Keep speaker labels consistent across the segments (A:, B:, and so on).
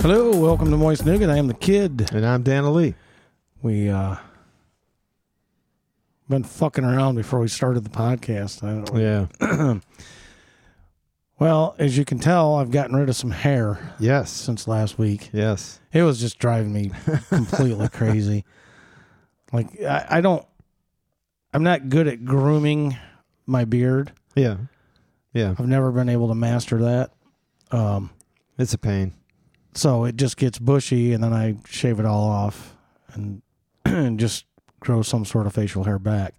A: Hello, welcome to Moist Nougat. I am the kid.
B: And I'm Dana Lee.
A: We uh been fucking around before we started the podcast. I don't know.
B: Yeah.
A: Well, as you can tell, I've gotten rid of some hair
B: Yes.
A: since last week.
B: Yes.
A: It was just driving me completely crazy. Like I, I don't I'm not good at grooming my beard.
B: Yeah. Yeah.
A: I've never been able to master that. Um
B: It's a pain.
A: so it just gets bushy and then I shave it all off and and just grow some sort of facial hair back.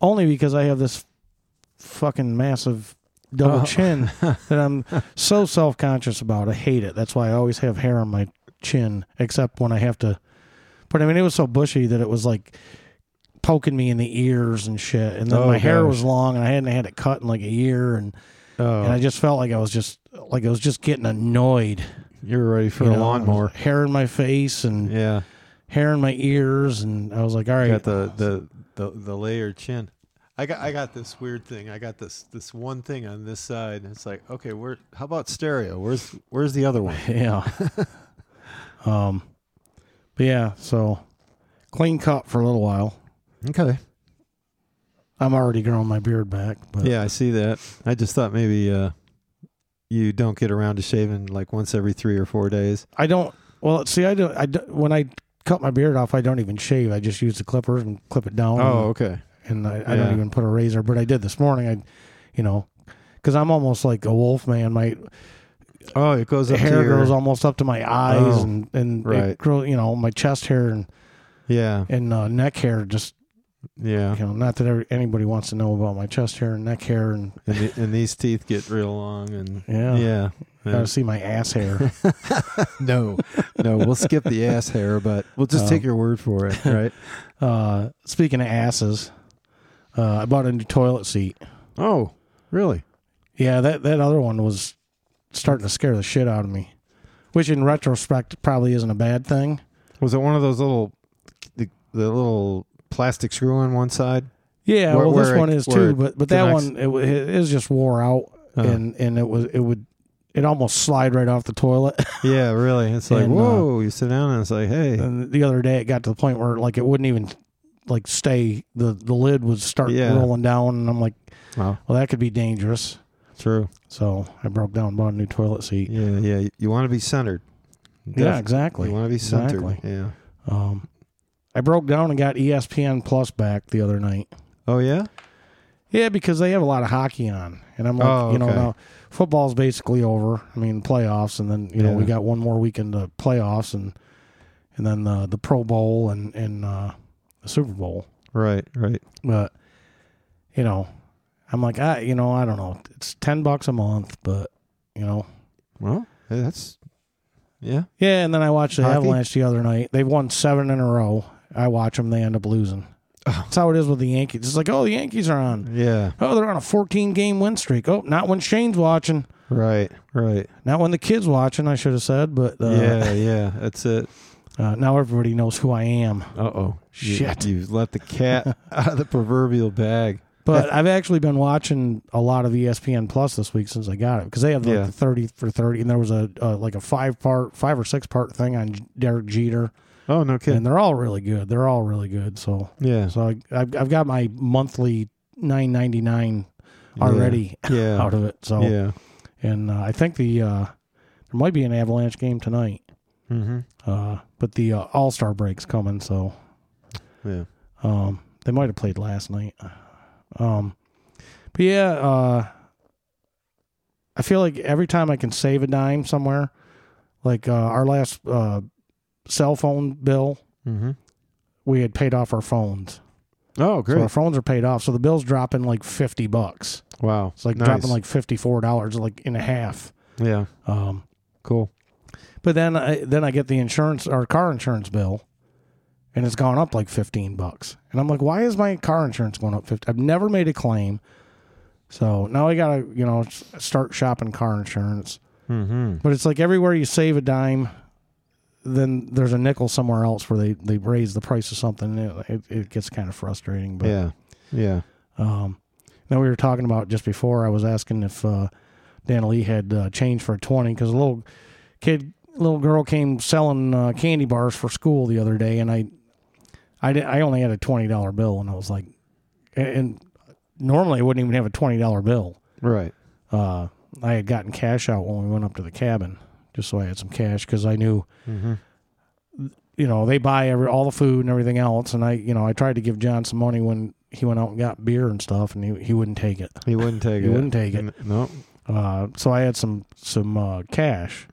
A: Only because I have this fucking massive double
B: Oh.
A: chin that I'm so self conscious about. I hate it. That's why I always have hair on my chin, except when I have to but I mean it was so bushy that it was like poking me in the ears and shit. And then
B: Oh,
A: my hair
B: gosh.
A: was long and I hadn't had it cut in like a year and,
B: Oh,
A: and I just felt like I was just like I was just getting annoyed
B: you're ready for
A: you
B: a
A: know,
B: lawnmower.
A: hair in my face and
B: Yeah.
A: hair in my ears, and I was like, all right,
B: Got the, the the the layered chin. I got I got this weird thing. I got this this one thing on this side. And it's like, okay, where how about stereo? Where's where's the other one?
A: yeah. um, but yeah, so clean cut for a little while.
B: Okay.
A: I'm already growing my beard back, but
B: Yeah, I see that. I just thought maybe uh you don't get around to shaving like once every three or four days.
A: I don't. Well, see, I don't. I don't- when I cut my beard off, I don't even shave. I just use the clipper and clip it
B: Oh.
A: down.
B: okay.
A: and I, I
B: Yeah.
A: don't even put a razor. But I did this morning. I, you know, because I'm almost like a wolf man. My
B: Oh, it goes up to
A: hair
B: your-
A: grows almost up to my eyes,
B: Oh,
A: and and it
B: right.
A: grow, you know, my chest hair and
B: Yeah.
A: and uh, neck hair just
B: Yeah.
A: you know not that every, anybody wants to know about my chest hair and neck hair and
B: and, the, and these teeth get real long and
A: Yeah.
B: yeah, Uh,
A: gotta see my ass hair
B: no no we'll skip the ass hair but we'll just take your word for it right
A: uh speaking of asses uh i bought a new toilet seat
B: oh really
A: yeah that that other one was starting to scare the shit out of me which in retrospect probably isn't a bad thing
B: was it one of those little the, the little plastic screw on one side
A: yeah
B: Where-
A: well this
B: where it-
A: one is
B: where
A: too
B: it
A: but but that
B: connects.
A: one it, wa- it is just wore out
B: Uh.
A: and and it was it would it almost slide right off the toilet
B: yeah really Uh, it's like
A: And, uh,
B: whoa you sit down and it's like hey
A: and the other day it got to the point where like it wouldn't even like stay the the lid would start
B: Yeah.
A: rolling down and i'm like
B: wow
A: well that could be dangerous
B: true
A: so i broke down and bought a new toilet seat
B: yeah yeah you, want to be centered
A: yeah
B: Def-
A: exactly
B: you want to be centered
A: Exactly.
B: yeah
A: um i broke down and got E espn plus back the other night
B: oh yeah
A: yeah because they have a lot of hockey on and i'm like
B: Oh,
A: you know
B: okay.
A: now football's basically over i mean playoffs and then you know
B: Yeah.
A: we got one more weekend of playoffs and and then uh, the the pro bowl and and uh the super bowl
B: right right
A: but you know i'm like i you know i don't know it's 10 bucks a month but you know
B: well hey, that's yeah
A: yeah and then i watched the
B: Hockey?
A: avalanche the other night they won seven in a row i watch them they end up losing
B: Oh.
A: that's how it is with the yankees it's like oh the yankees are on
B: yeah
A: oh they're on a 14 game win streak oh not when shane's watching
B: right right
A: not when the kids watching i should have said but uh,
B: yeah yeah that's it
A: uh, now everybody knows who i am
B: Uh oh.
A: Shit.
B: You, let the cat out of the proverbial bag.
A: But I've actually been watching a lot of E ESPN Plus this week since I got it because they have like
B: Yeah.
A: the thirty for thirty, and there was a uh, like a five part, five or six part thing on Derek Jeter,
B: Oh, no kidding.
A: and they're all really good. They're all really good. So,
B: Yeah.
A: so I, I've I've got my monthly nine ninety nine already
B: Yeah.
A: out of it. So,
B: Yeah.
A: and uh, I think the uh, there might be an Avalanche game tonight,
B: Mm-hmm.
A: uh, but the uh, All Star break's coming, so
B: Yeah.
A: Um, they might have played last night. Um, but yeah, uh, I feel like every time I can save a dime somewhere, like uh, our last uh, cell phone bill,
B: Mm-hmm.
A: we had paid off our phones.
B: Oh,
A: So our
B: great.
A: phones are paid off. So the bill's dropping like 50 bucks.
B: wow.
A: It's like
B: Nice.
A: dropping like $54, like in a half.
B: Yeah.
A: Um,
B: Cool.
A: but then I, then I get the insurance or car insurance bill. And it's gone up like fifteen bucks, and I'm like, why is my car insurance going up fifty? I've never made a claim, so now I gotta you know s- start shopping car insurance.
B: Mm-hmm.
A: But it's like everywhere you save a dime, then there's a nickel somewhere else where they they raise the price of something. and It, it, it gets kind of frustrating. But
B: Yeah. Yeah.
A: um, now we were talking about just before. I was asking if uh, Dan Lee had uh, change for a twenty because a little kid little girl came selling uh, candy bars for school the other day, and I, I, di- I only had a twenty dollar bill, and I was like, and, and normally I wouldn't even have a twenty dollar bill.
B: Right.
A: Uh, I had gotten cash out when we went up to the cabin, just so I had some cash because I knew, you know, they buy every all the food and everything else, and I, you know, I tried to give John some money when he went out and got beer and stuff, and he he wouldn't take it.
B: He wouldn't take it.
A: He wouldn't take it.
B: N- No.
A: Uh, so I had some some uh, cash,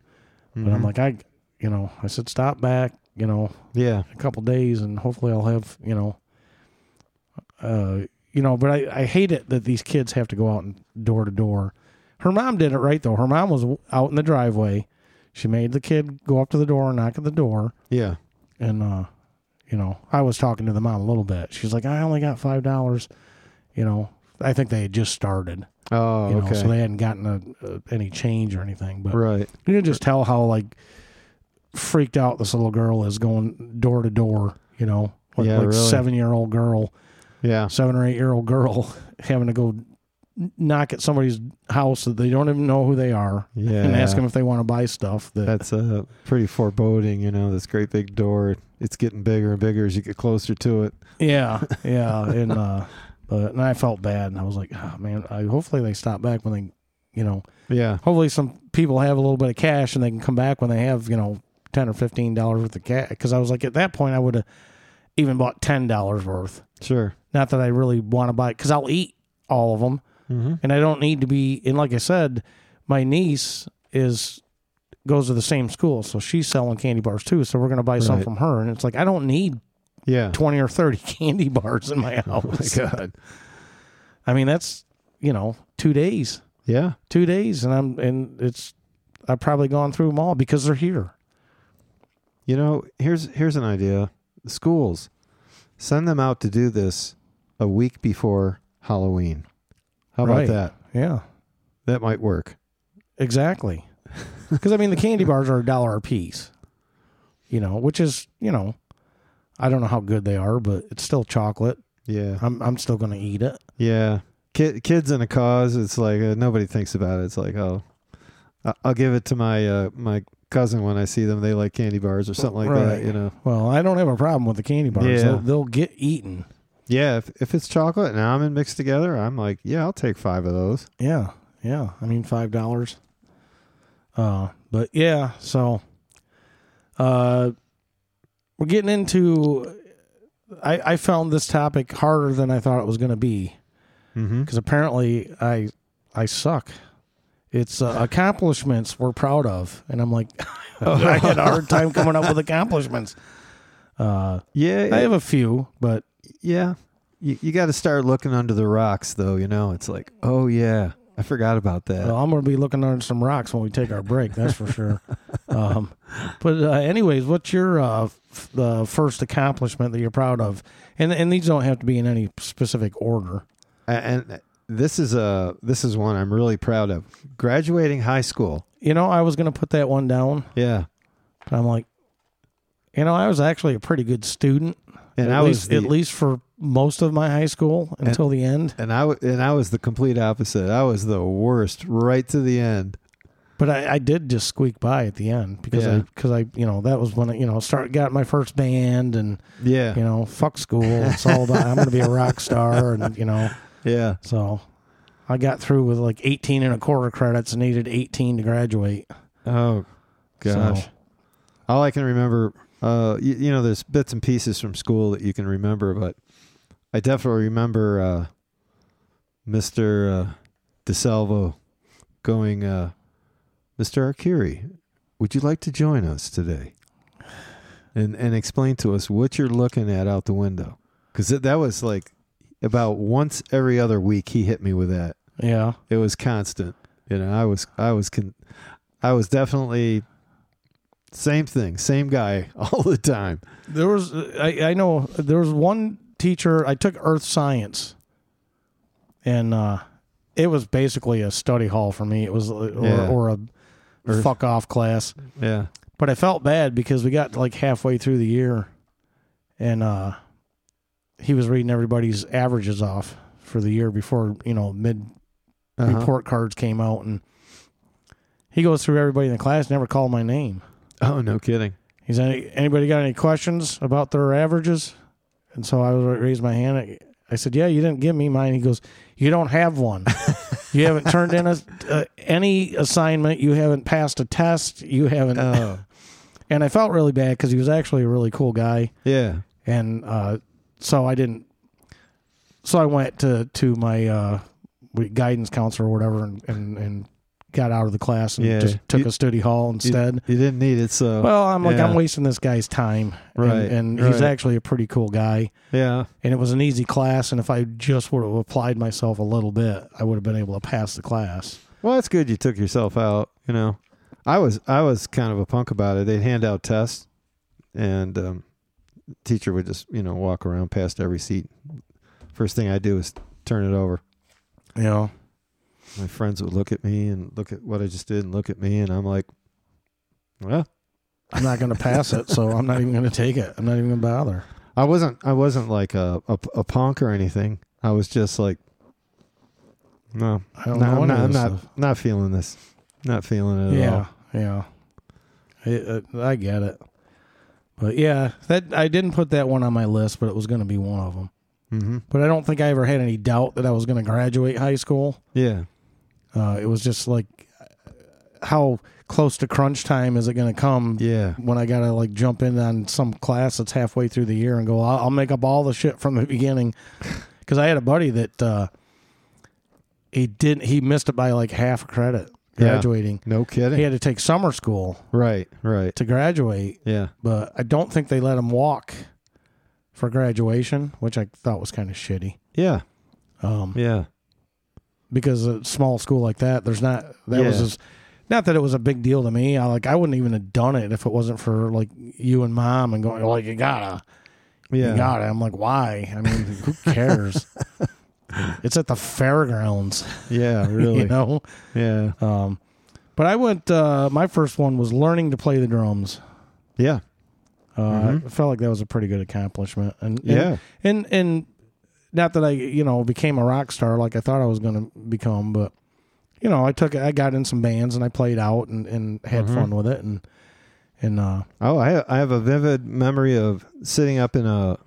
A: but I'm
B: Mhm.
A: like I, you know, I said stop back, you know,
B: yeah.
A: a couple days, and hopefully I'll have you know, uh, you know. But I I hate it that these kids have to go out and door to door. Her mom did it right though. Her mom was w- out in the driveway. She made the kid go up to the door and knock at the door,
B: Yeah.
A: and uh, you know, I was talking to the mom a little bit. She's like, I only got five dollars, you know. I think they had just started
B: Oh,
A: you know,
B: okay.
A: so they hadn't gotten a, a, any change or anything. But
B: right.
A: you can just tell how like freaked out this little girl is going door to door. You know, like,
B: Yeah,
A: like
B: really.
A: seven year old girl,
B: Yeah.
A: seven or eight year old girl having to go knock at somebody's house that they don't even know who they are
B: Yeah.
A: and ask them if they want to buy stuff. That
B: That's uh, pretty foreboding, you know, this great big door. It's getting bigger and bigger as you get closer to it.
A: yeah, yeah, and uh, but and I felt bad and I was like, oh, man, I hopefully they stop back when they, you know,
B: Yeah.
A: hopefully some people have a little bit of cash and they can come back when they have you know 10 or 15 dollars worth of cash because i was like at that point i would have even bought 10 dollars worth
B: Sure.
A: not that i really want to buy because i'll eat all of them
B: Mm-hmm.
A: and i don't need to be and like i said my niece is goes to the same school so she's selling candy bars too so we're going to buy some
B: Right.
A: from her and it's like i don't need
B: Yeah.
A: 20 or 30 candy bars in my
B: Oh my
A: house
B: god.
A: i mean that's you know two days
B: Yeah.
A: two days and i'm and it's i've probably gone through them all because they're here
B: You know, here's here's an idea. Schools send them out to do this a week before Halloween. How about
A: Right.
B: that?
A: yeah
B: That might work.
A: exactly because i mean the candy bars are a dollar a piece you know which is you know i don't know how good they are but it's still chocolate
B: Yeah.
A: i'm, I'm still gonna eat it
B: Yeah. Kid, kids in a cause, it's like uh, nobody thinks about it. It's like, oh, I- I'll give it to my uh, my cousin when I see them. They like candy bars or something like
A: Right.
B: that, you know.
A: well i don't have a problem with the candy bars
B: Yeah.
A: they'll, they'll get eaten
B: Yeah, if, if it's chocolate and almond mixed together, I'm like, yeah, I'll take five of those.
A: yeah yeah i mean five dollars uh but yeah so uh we're getting into i i found this topic harder than i thought it was gonna be
B: Mm-hmm.
A: because apparently I I suck. It's uh, accomplishments we're proud of, and I'm like, I had a hard time coming up with accomplishments. Uh,
B: Yeah,
A: I have a few, but
B: yeah. You, you got to start looking under the rocks, though. You know, it's like, oh yeah, I forgot about that.
A: well, I'm going to be looking under some rocks when we take our break. That's for sure. Um, but uh, anyways, what's your uh, f- the first accomplishment that you're proud of? And and these don't have to be in any specific order.
B: A- and this is a this is one I'm really proud of. Graduating high school.
A: You know, I was going to put that one down,
B: Yeah,
A: but I'm like, you know, I was actually a pretty good student.
B: and
A: at
B: I was
A: least, at
B: the-
A: least for most of my high school until the end.
B: and I w- and I was the complete opposite. I was the worst right to the end.
A: But I, I did just squeak by at the end because I
B: Yeah.
A: because I you know that was when I, you know start got my first band and
B: Yeah,
A: you know fuck school. It's all about I'm going to be a rock star and you know
B: yeah,
A: so I got through with like 18 and a quarter credits and needed 18 to graduate.
B: Oh gosh.
A: So-
B: All I can remember uh you, you know there's bits and pieces from school that you can remember but I definitely remember uh Mr. uh DeSalvo going uh Mr. Arcuri, would you like to join us today? And and explain to us what you're looking at out the window cuz that was like about once every other week he hit me with that
A: Yeah,
B: it was constant you know i was i was con- i was definitely same thing same guy all the time
A: there was I I know there was one teacher I took Earth Science, and uh, it was basically a study hall for me. It was uh, or,
B: Yeah.
A: or a
B: Earth-
A: fuck off class.
B: yeah
A: But I felt bad because we got like halfway through the year, and uh, he was reading everybody's averages off for the year before you know mid
B: Uh-huh.
A: report cards came out, and he goes through everybody in the class, never called my name.
B: Oh, no kidding.
A: He's any, anybody got any questions about their averages? And so I was- raised my hand. I, I said, "Yeah, you didn't give me mine." He goes, "You don't have one. you haven't turned in a, uh, any assignment. You haven't passed a test. You haven't."
B: Oh.
A: and I felt really bad because he was actually a really cool guy,
B: Yeah.
A: and uh, so I didn't. So I went to to my uh, we- guidance counselor or whatever, and, and and got out of the class and
B: Yeah.
A: just took
B: You-
A: a study hall instead.
B: You didn't need it, so
A: Well, I'm like,
B: Uh, Yeah.
A: I'm wasting this guy's time. And-
B: Right,
A: And, he's
B: right.
A: actually a pretty cool guy.
B: yeah.
A: And it was an easy class. And if I just would have applied myself a little bit, I would have been able to pass the class.
B: Well, that's good. You took yourself out. You know, I was I was kind of a punk about it. They'd hand out tests, and um, teacher would just you know walk around past every seat. First thing I do is turn it over.
A: You know?
B: My friends would look at me and look at what I just did and look at me, and I'm like, well,
A: I'm not going to pass it. So I'm not even going to take it. I'm not even going to bother.
B: I wasn't I wasn't like a, a a punk or anything. I was just like, no,
A: I
B: no,
A: don't know.
B: I'm
A: any of
B: not I'm
A: this
B: not,
A: stuff.
B: not feeling this, not feeling it at
A: Yeah.
B: all.
A: Yeah. It, uh, I get it. But yeah, that I didn't put that one on my list, but it was going to be one of them.
B: Mm-hmm.
A: But I don't think I ever had any doubt that I was going to graduate high school.
B: Yeah,
A: Uh, it was just like, how close to crunch time is it going to come
B: yeah,
A: when I got to like jump in on some class that's halfway through the year and go, I'll, I'll make up all the shit from the beginning. Because I had a buddy that uh, he didn't, he missed it by like half a credit
B: Yeah.
A: graduating.
B: no kidding.
A: He had to take summer school
B: Right, right.
A: to graduate,
B: Yeah.
A: but I don't think they let him walk for graduation, which I thought was kind of shitty.
B: Yeah.
A: Um,
B: Yeah.
A: because a small school like that, there's not that was
B: Yeah.
A: just not that it was a big deal to me. I like I wouldn't even have done it if it wasn't for like you and mom and going like you gotta,
B: Yeah.
A: you gotta. I'm like why? I mean, who cares? it's at the fairgrounds,
B: Yeah, really.
A: you know.
B: Yeah.
A: Um, but I went. Uh, my first one was learning to play the drums.
B: Yeah.
A: Uh,
B: Mhm.
A: I felt like that was a pretty good accomplishment. And, and
B: Yeah.
A: and and not that I you know became a rock star like I thought I was going to become, but you know I took I got in some bands and I played out and and had
B: Mhm.
A: fun with it and and uh
B: Oh, I I have a vivid memory of sitting up in a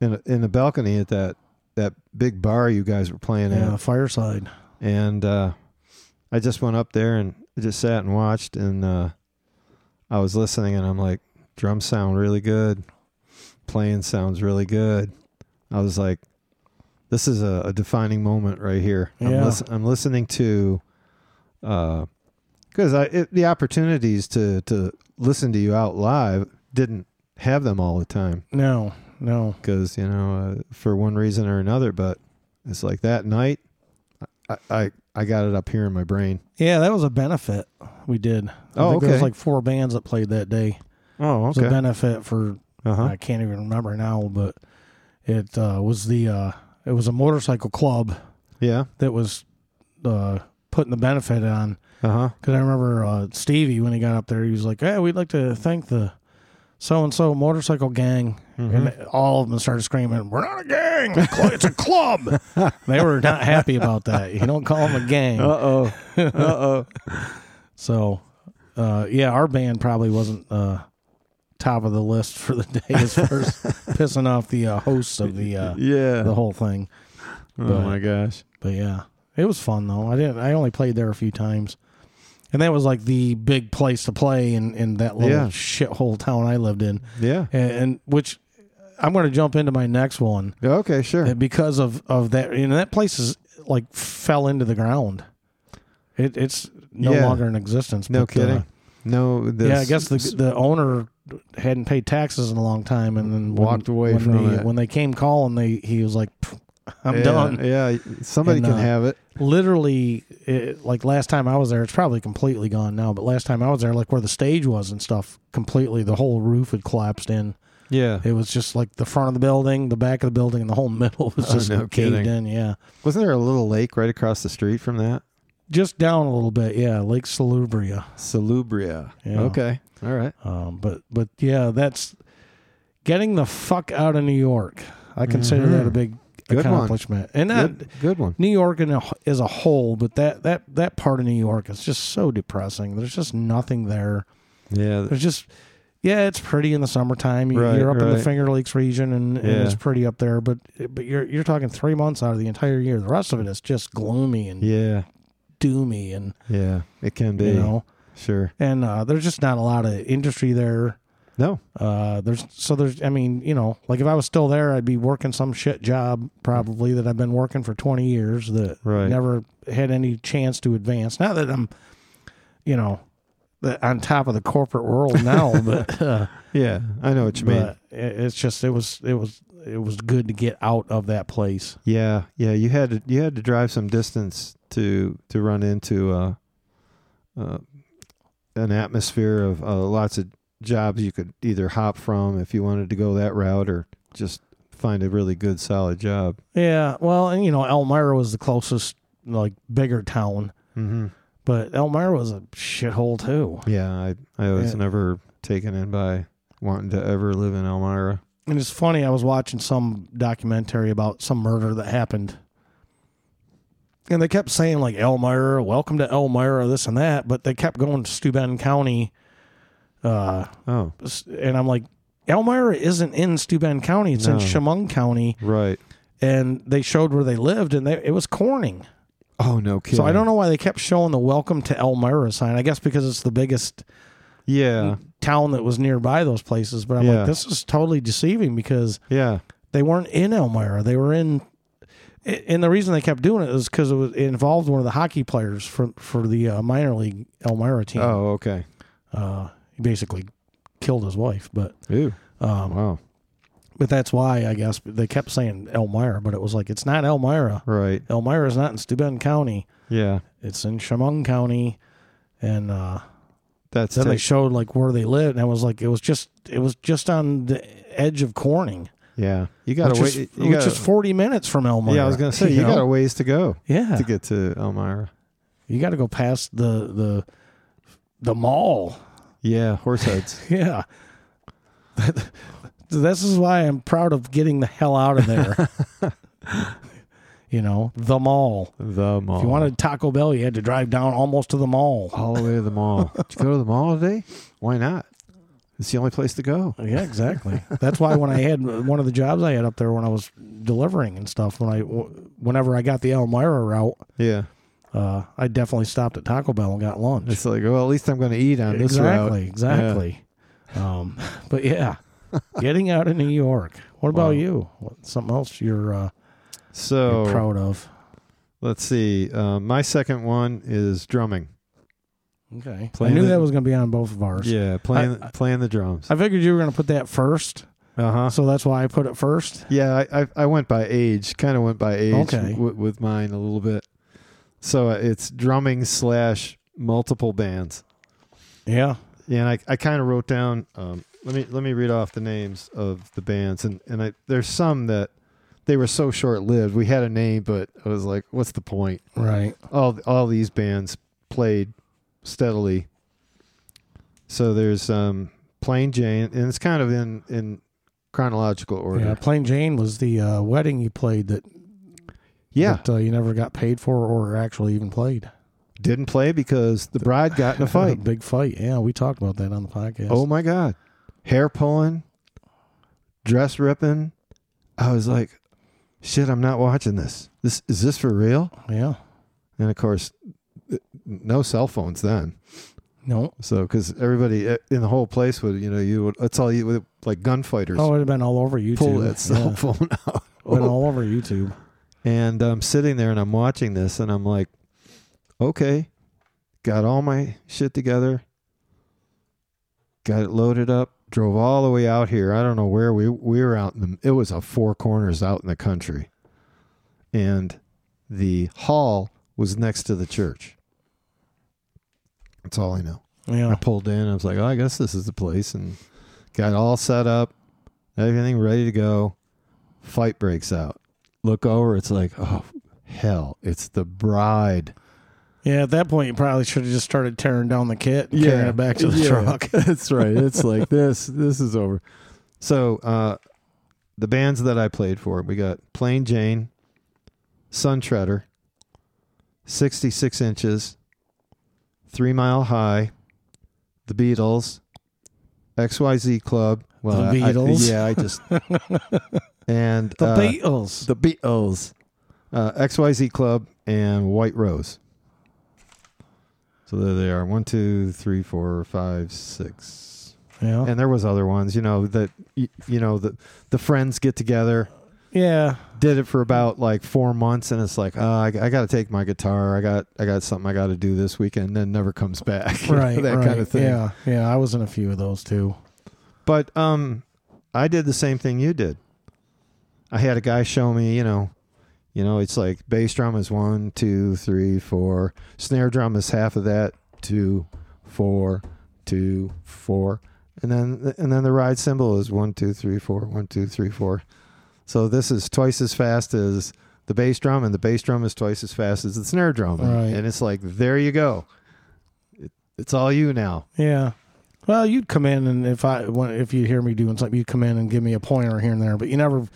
B: in a, in the balcony at that that big bar you guys were playing
A: yeah,
B: at,
A: fireside
B: and uh, I just went up there and just sat and watched, and uh, I was listening, and I'm like, drums sound really good, playing sounds really good. I was like, this is a, a defining moment right here. I'm,
A: Yeah.
B: listen, I'm listening to, because I it, the opportunities to to listen to you out live didn't have them all the time
A: no no
B: because you know uh, for one reason or another but it's like that night I, I i got it up here in my brain
A: yeah that was a benefit we did I
B: Oh,
A: think there was
B: okay.
A: like four bands that played that day
B: oh
A: it was a benefit for
B: uh-huh
A: I can't even remember now but it uh was the uh it was a motorcycle club
B: yeah
A: that was uh putting the benefit on
B: uh-huh
A: Because I remember uh, Stevie when he got up there, he was like, "Hey, we'd like to thank the so and so motorcycle gang," and all of them started screaming, "We're not a gang! It's a cl- It's a club!" they were not happy about that. You don't call them a gang.
B: uh-oh uh-oh
A: so, uh, yeah, our band probably wasn't uh, top of the list for the day as far as pissing off the uh, hosts of the uh,
B: yeah
A: the whole thing.
B: oh my gosh
A: But yeah, it was fun though. I didn't. I only played there a few times, and that was like the big place to play in in that little
B: Yeah.
A: shithole town I lived in,
B: yeah
A: and, and which I'm going to jump into my next one
B: Yeah, okay sure
A: and because of of that. And that place is like fell into the ground. It, it's no
B: Yeah.
A: longer in existence.
B: no
A: but,
B: kidding
A: uh,
B: no this,
A: yeah, I guess the the owner hadn't paid taxes in a long time, and then when-
B: Walked away
A: when
B: from
A: they,
B: it.
A: When they came calling, they he was like, "Pfft, "I'm
B: yeah,
A: done."
B: yeah somebody
A: And,
B: can
A: uh,
B: have it
A: literally it, like last time I was there, it's probably completely gone now. But last time I was there, like where the stage was and stuff, completely the whole roof had collapsed in.
B: yeah
A: It was just like the front of the building, the back of the building, and the whole middle was
B: Oh,
A: just
B: no
A: caved
B: kidding.
A: in. Yeah,
B: wasn't there a little lake right across the street from that
A: just down a little bit. Yeah, Lake Salubria.
B: salubria
A: Yeah.
B: okay all right
A: Um, but but yeah, that's getting the fuck out of New York. I consider
B: Mhm.
A: that a big
B: Good one.
A: accomplishment, and that.
B: good, good one
A: New York in a, as a whole, but that, that that part of New York is just so depressing. There's just nothing there.
B: Yeah.
A: There's just yeah, it's pretty in the summertime. You,
B: Right,
A: you're up in the
B: right.
A: Finger Lakes region, and, and
B: Yeah.
A: it's pretty up there. But but you're you're talking three months out of the entire year. The rest of it is just gloomy and
B: Yeah.
A: doomy, and
B: Yeah. It can be.
A: you know,
B: Sure.
A: and uh, there's just not a lot of industry there.
B: No.
A: Uh, there's so there's I mean you know like if I was still there I'd be working some shit job probably that I've been working for 20 years that
B: Right.
A: never had any chance to advance. Not that I'm you know the, on top of the corporate world now, but uh,
B: Yeah. I know what you mean.
A: but it- it's just it was it was it was good to get out of that place.
B: Yeah, yeah. You had to you had to drive some distance to to run into uh, uh, an atmosphere of uh, lots of jobs you could either hop from if you wanted to go that route, or just find a really good solid job.
A: Yeah, well, and you know Elmira was the closest like bigger town,
B: Mm-hmm.
A: but Elmira was a shithole too.
B: Yeah, I I was
A: Yeah.
B: never taken in by wanting to ever live in Elmira.
A: And it's funny, I was watching some documentary about some murder that happened. And they kept saying, like, Elmira, welcome to Elmira, this and that. But they kept going to Steuben County. Uh,
B: Oh,
A: s- and I'm like, Elmira isn't in Steuben County, it's in
B: No.
A: Chemung County.
B: right.
A: And they showed where they lived, and they, it was Corning.
B: Oh no, kidding.
A: So I don't know why they kept showing the welcome to Elmira sign. I guess because it's the biggest
B: Yeah,
A: town that was nearby those places. But I'm
B: Yeah.
A: like, this is totally deceiving because
B: yeah,
A: they weren't in Elmira. They were in, and the reason they kept doing it is because it was it involved one of the hockey players for for the uh, minor league Elmira team.
B: Oh, okay.
A: Uh, he basically killed his wife, but
B: Ew.
A: um,
B: Wow.
A: but that's why I guess they kept saying Elmira, but it was like it's not Elmira.
B: Right.
A: Elmira is not in Steuben County.
B: Yeah.
A: It's in Chemung County, and uh,
B: That's
A: then they
B: take-
A: showed like where they lived, and I was like, it was just it was just on the edge of Corning,
B: yeah. You got
A: which,
B: to wait.
A: is,
B: you
A: which
B: gotta-
A: is forty minutes from Elmira.
B: Yeah, I was gonna say you,
A: know?
B: got a ways to go
A: yeah
B: to get to Elmira.
A: You got to go past the the the mall.
B: Yeah, horse heads.
A: Yeah. this is why I'm proud of getting the hell out of there. you know, the mall.
B: the mall.
A: If you wanted Taco Bell, you had to drive down almost to the mall.
B: all the way to the mall. Did you go to the mall today? Why not? It's the only place to go.
A: Yeah, exactly. That's why when I had one of the jobs I had up there when I was delivering and stuff, when I whenever I got the Elmira route,
B: Yeah,
A: uh, I definitely stopped at Taco Bell and got lunch.
B: it's like well, at least I'm going to eat on this route.
A: exactly, exactly. Um, but yeah, getting out of New York. What about
B: Wow.
A: you? What, something else you're, uh,
B: So
A: you're proud of?
B: let's see. Uh, my second one is drumming.
A: Okay, I
B: Playing
A: knew
B: the-
A: that was going to be on both of ours.
B: Yeah, playing playing the drums.
A: I figured you were going to put that first,
B: Uh huh.
A: so that's why I put it first.
B: Yeah, I, I, I went by age, kind of went by age
A: Okay.
B: wi- with mine a little bit. So uh, it's drumming slash multiple bands.
A: Yeah.
B: Yeah, and I, I kind of wrote down. Um, let me let me read off the names of the bands, and and I, there's some that they were so short lived. We had a name, but I was like, what's the point?
A: Right.
B: All all these bands played steadily. So there's um, Plain Jane, and it's kind of in in chronological
A: Yeah.
B: order.
A: Plain Jane was the uh, wedding you played that.
B: Yeah,
A: that, uh, you never got paid for or actually even played.
B: didn't play because the bride got in a fight.
A: big fight. Yeah, we talked about that on the podcast.
B: Oh my god, hair pulling, dress ripping. I was like, shit, I'm not watching this. This is this for real?
A: yeah.
B: And of course, th- no cell phones then.
A: No.
B: So because everybody uh, in the whole place would, you know, you would. That's all you would like gunfighters
A: Oh, it'd have been all over YouTube.
B: pull that cell
A: Yeah.
B: phone out.
A: Been all over YouTube.
B: And I'm sitting there and I'm watching this and I'm like, okay, got all my shit together, got it loaded up, drove all the way out here. I don't know where we we were out in the it was a four corners out in the country. And the hall was next to the church. That's all I know. I
A: Yeah.
B: pulled in. I was like, oh, I guess this is the place, and got all set up, everything ready to go. Fight breaks out. Look over. It's like, oh hell, it's the bride.
A: Yeah, at that point, you probably should have just started tearing down the kit and carrying it back to the
B: Yeah.
A: truck.
B: That's right. It's like this. This is over. So uh, the bands that I played for, we got Plain Jane, Sun Treader, sixty six inches, Three Mile High, The Beatles, XYZ Club. Well,
A: The
B: I- I-
A: Beatles.
B: yeah, I just and
A: The
B: uh,
A: Beatles.
B: the Beatles, uh, XYZ Club, and White Rose. So there they are. One, two, three, four, five, six.
A: yeah.
B: And there was other ones, you know, that y- you know, the the friends get together,
A: yeah.
B: did it for about like four months, and it's like, uh, I, I got to take my guitar, I got I got something I got to do this weekend, and then never comes back, you know,
A: Right.
B: that
A: right.
B: kind of thing.
A: Yeah. Yeah. I was in a few of those too.
B: But um, I did the same thing you did. I had a guy show me, you know, you know, it's like bass drum is one, two, three, four. Snare drum is half of that, two, four, two, four, and then and then the ride cymbal is one, two, three, four, one, two, three, four. So this is twice as fast as the bass drum, and the bass drum is twice as fast as the snare drum,
A: Right.
B: and it's like there you go. It, it's all you now.
A: Yeah. Well, you'd come in and if I when- if you hear me doing something, you'd come in and give me a pointer here and there, but you never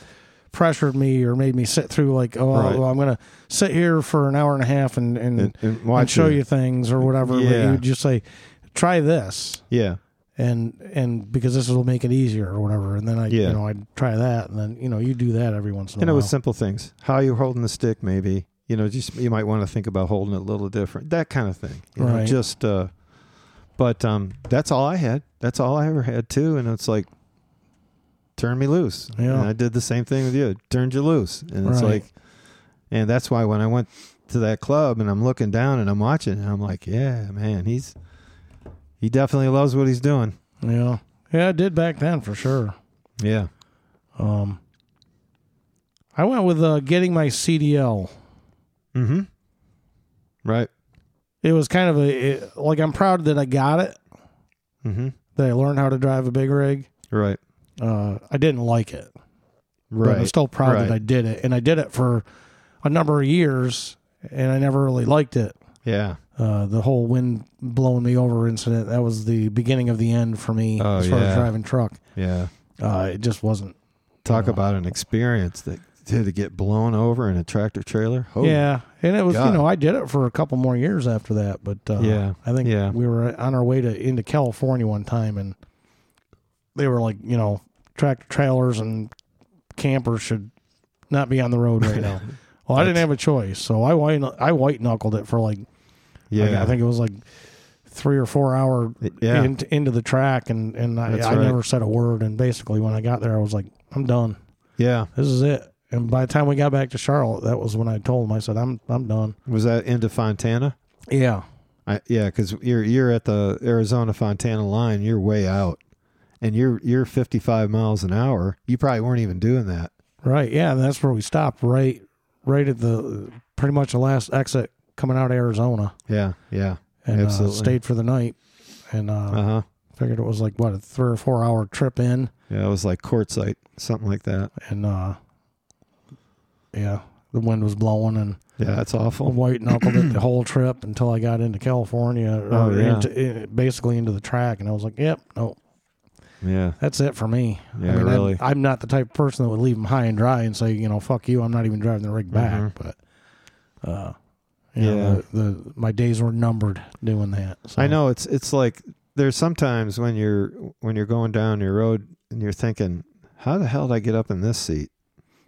A: pressured me or made me sit through like, oh,
B: Right.
A: well, I'm going to sit here for an hour and a half and and,
B: And, and
A: and
B: watch
A: show
B: it.
A: you things or whatever. But
B: Yeah.
A: You would just say, try this,
B: yeah.
A: and and because this will make it easier or whatever. And then I,
B: Yeah.
A: you know, I'd try that, and then you know, you do that every once in a
B: And
A: while.
B: it was simple things. How you're holding the stick, maybe. You know, just you might want to think about holding it a little different. That kind of thing. You know,
A: Right.
B: just uh but um that's all I had. That's all I ever had too. And it's like turn me loose.
A: Yeah.
B: And I did the same thing with you. Turned you loose. And it's
A: Right.
B: like and that's why when I went to that club and I'm looking down and I'm watching and I'm like, Yeah, man, he's he definitely loves what he's doing.
A: yeah, yeah, I did back then for sure.
B: Yeah.
A: Um, I went with uh, getting my CDL.
B: Mm-hmm. Right.
A: it was kind of a it- like I'm proud that I got it,
B: Mm-hmm.
A: that I learned how to drive a big rig.
B: Right.
A: Uh, I didn't like it, but I'm
B: Right.
A: still proud
B: Right.
A: that I did it, and I did it for a number of years, and I never really liked it.
B: Yeah.
A: Uh, the whole wind blowing me over incident that was the beginning of the end for me
B: Oh,
A: as far
B: yeah.
A: as driving truck.
B: Yeah.
A: Uh, it just wasn't.
B: Talk
A: Yeah.
B: about an experience that to get blown over in a tractor trailer. Oh,
A: yeah, and it was
B: God.
A: you know I did it for a couple more years after that, but uh,
B: Yeah.
A: I think
B: Yeah.
A: we were on our way to into California one time, and they were like, you know, tractor trailers and campers should not be on the road right now. Well, I didn't have a choice, so I white I white knuckled it for like,
B: Yeah.
A: like, I think it was like three or four hour
B: Yeah.
A: in- into the track, and and I,
B: That's
A: I
B: right.
A: never said a word. And basically, when I got there, I was like, I'm done.
B: yeah.
A: This is it. And by the time we got back to Charlotte, that was when I told him. I said, I'm I'm done.
B: Was that into Fontana?
A: Yeah.
B: I, yeah, because you're you're at the Arizona Fontana line. You're way out, and you're you're 55 miles an hour. You probably weren't even doing that.
A: Right. Yeah. And that's where we stopped. Right. Right at the pretty much the last exit coming out of Arizona,
B: Yeah. Yeah.
A: and uh,
B: Absolutely.
A: stayed for the night. And uh,
B: Uh huh.
A: figured it was like what a three or four hour trip in,
B: Yeah. It was like quartzite, something like that.
A: and uh, yeah, the wind was blowing and
B: Yeah. That's awful.
A: white knuckled it the whole trip until I got into California, or
B: Oh, yeah.
A: into, in- basically into the track, and I was like, yep, no,
B: Yeah.
A: that's it for me.
B: Yeah,
A: I mean,
B: really.
A: I'm, I'm not the type of person that would leave them high and dry and say, you know, fuck you. I'm not even driving the rig back.
B: Mhm.
A: But, uh, you know,
B: Yeah.
A: the, the my days were numbered doing that. So.
B: I know it's it's like there's sometimes when you're when you're going down your road and you're thinking, how the hell did I get up in this seat?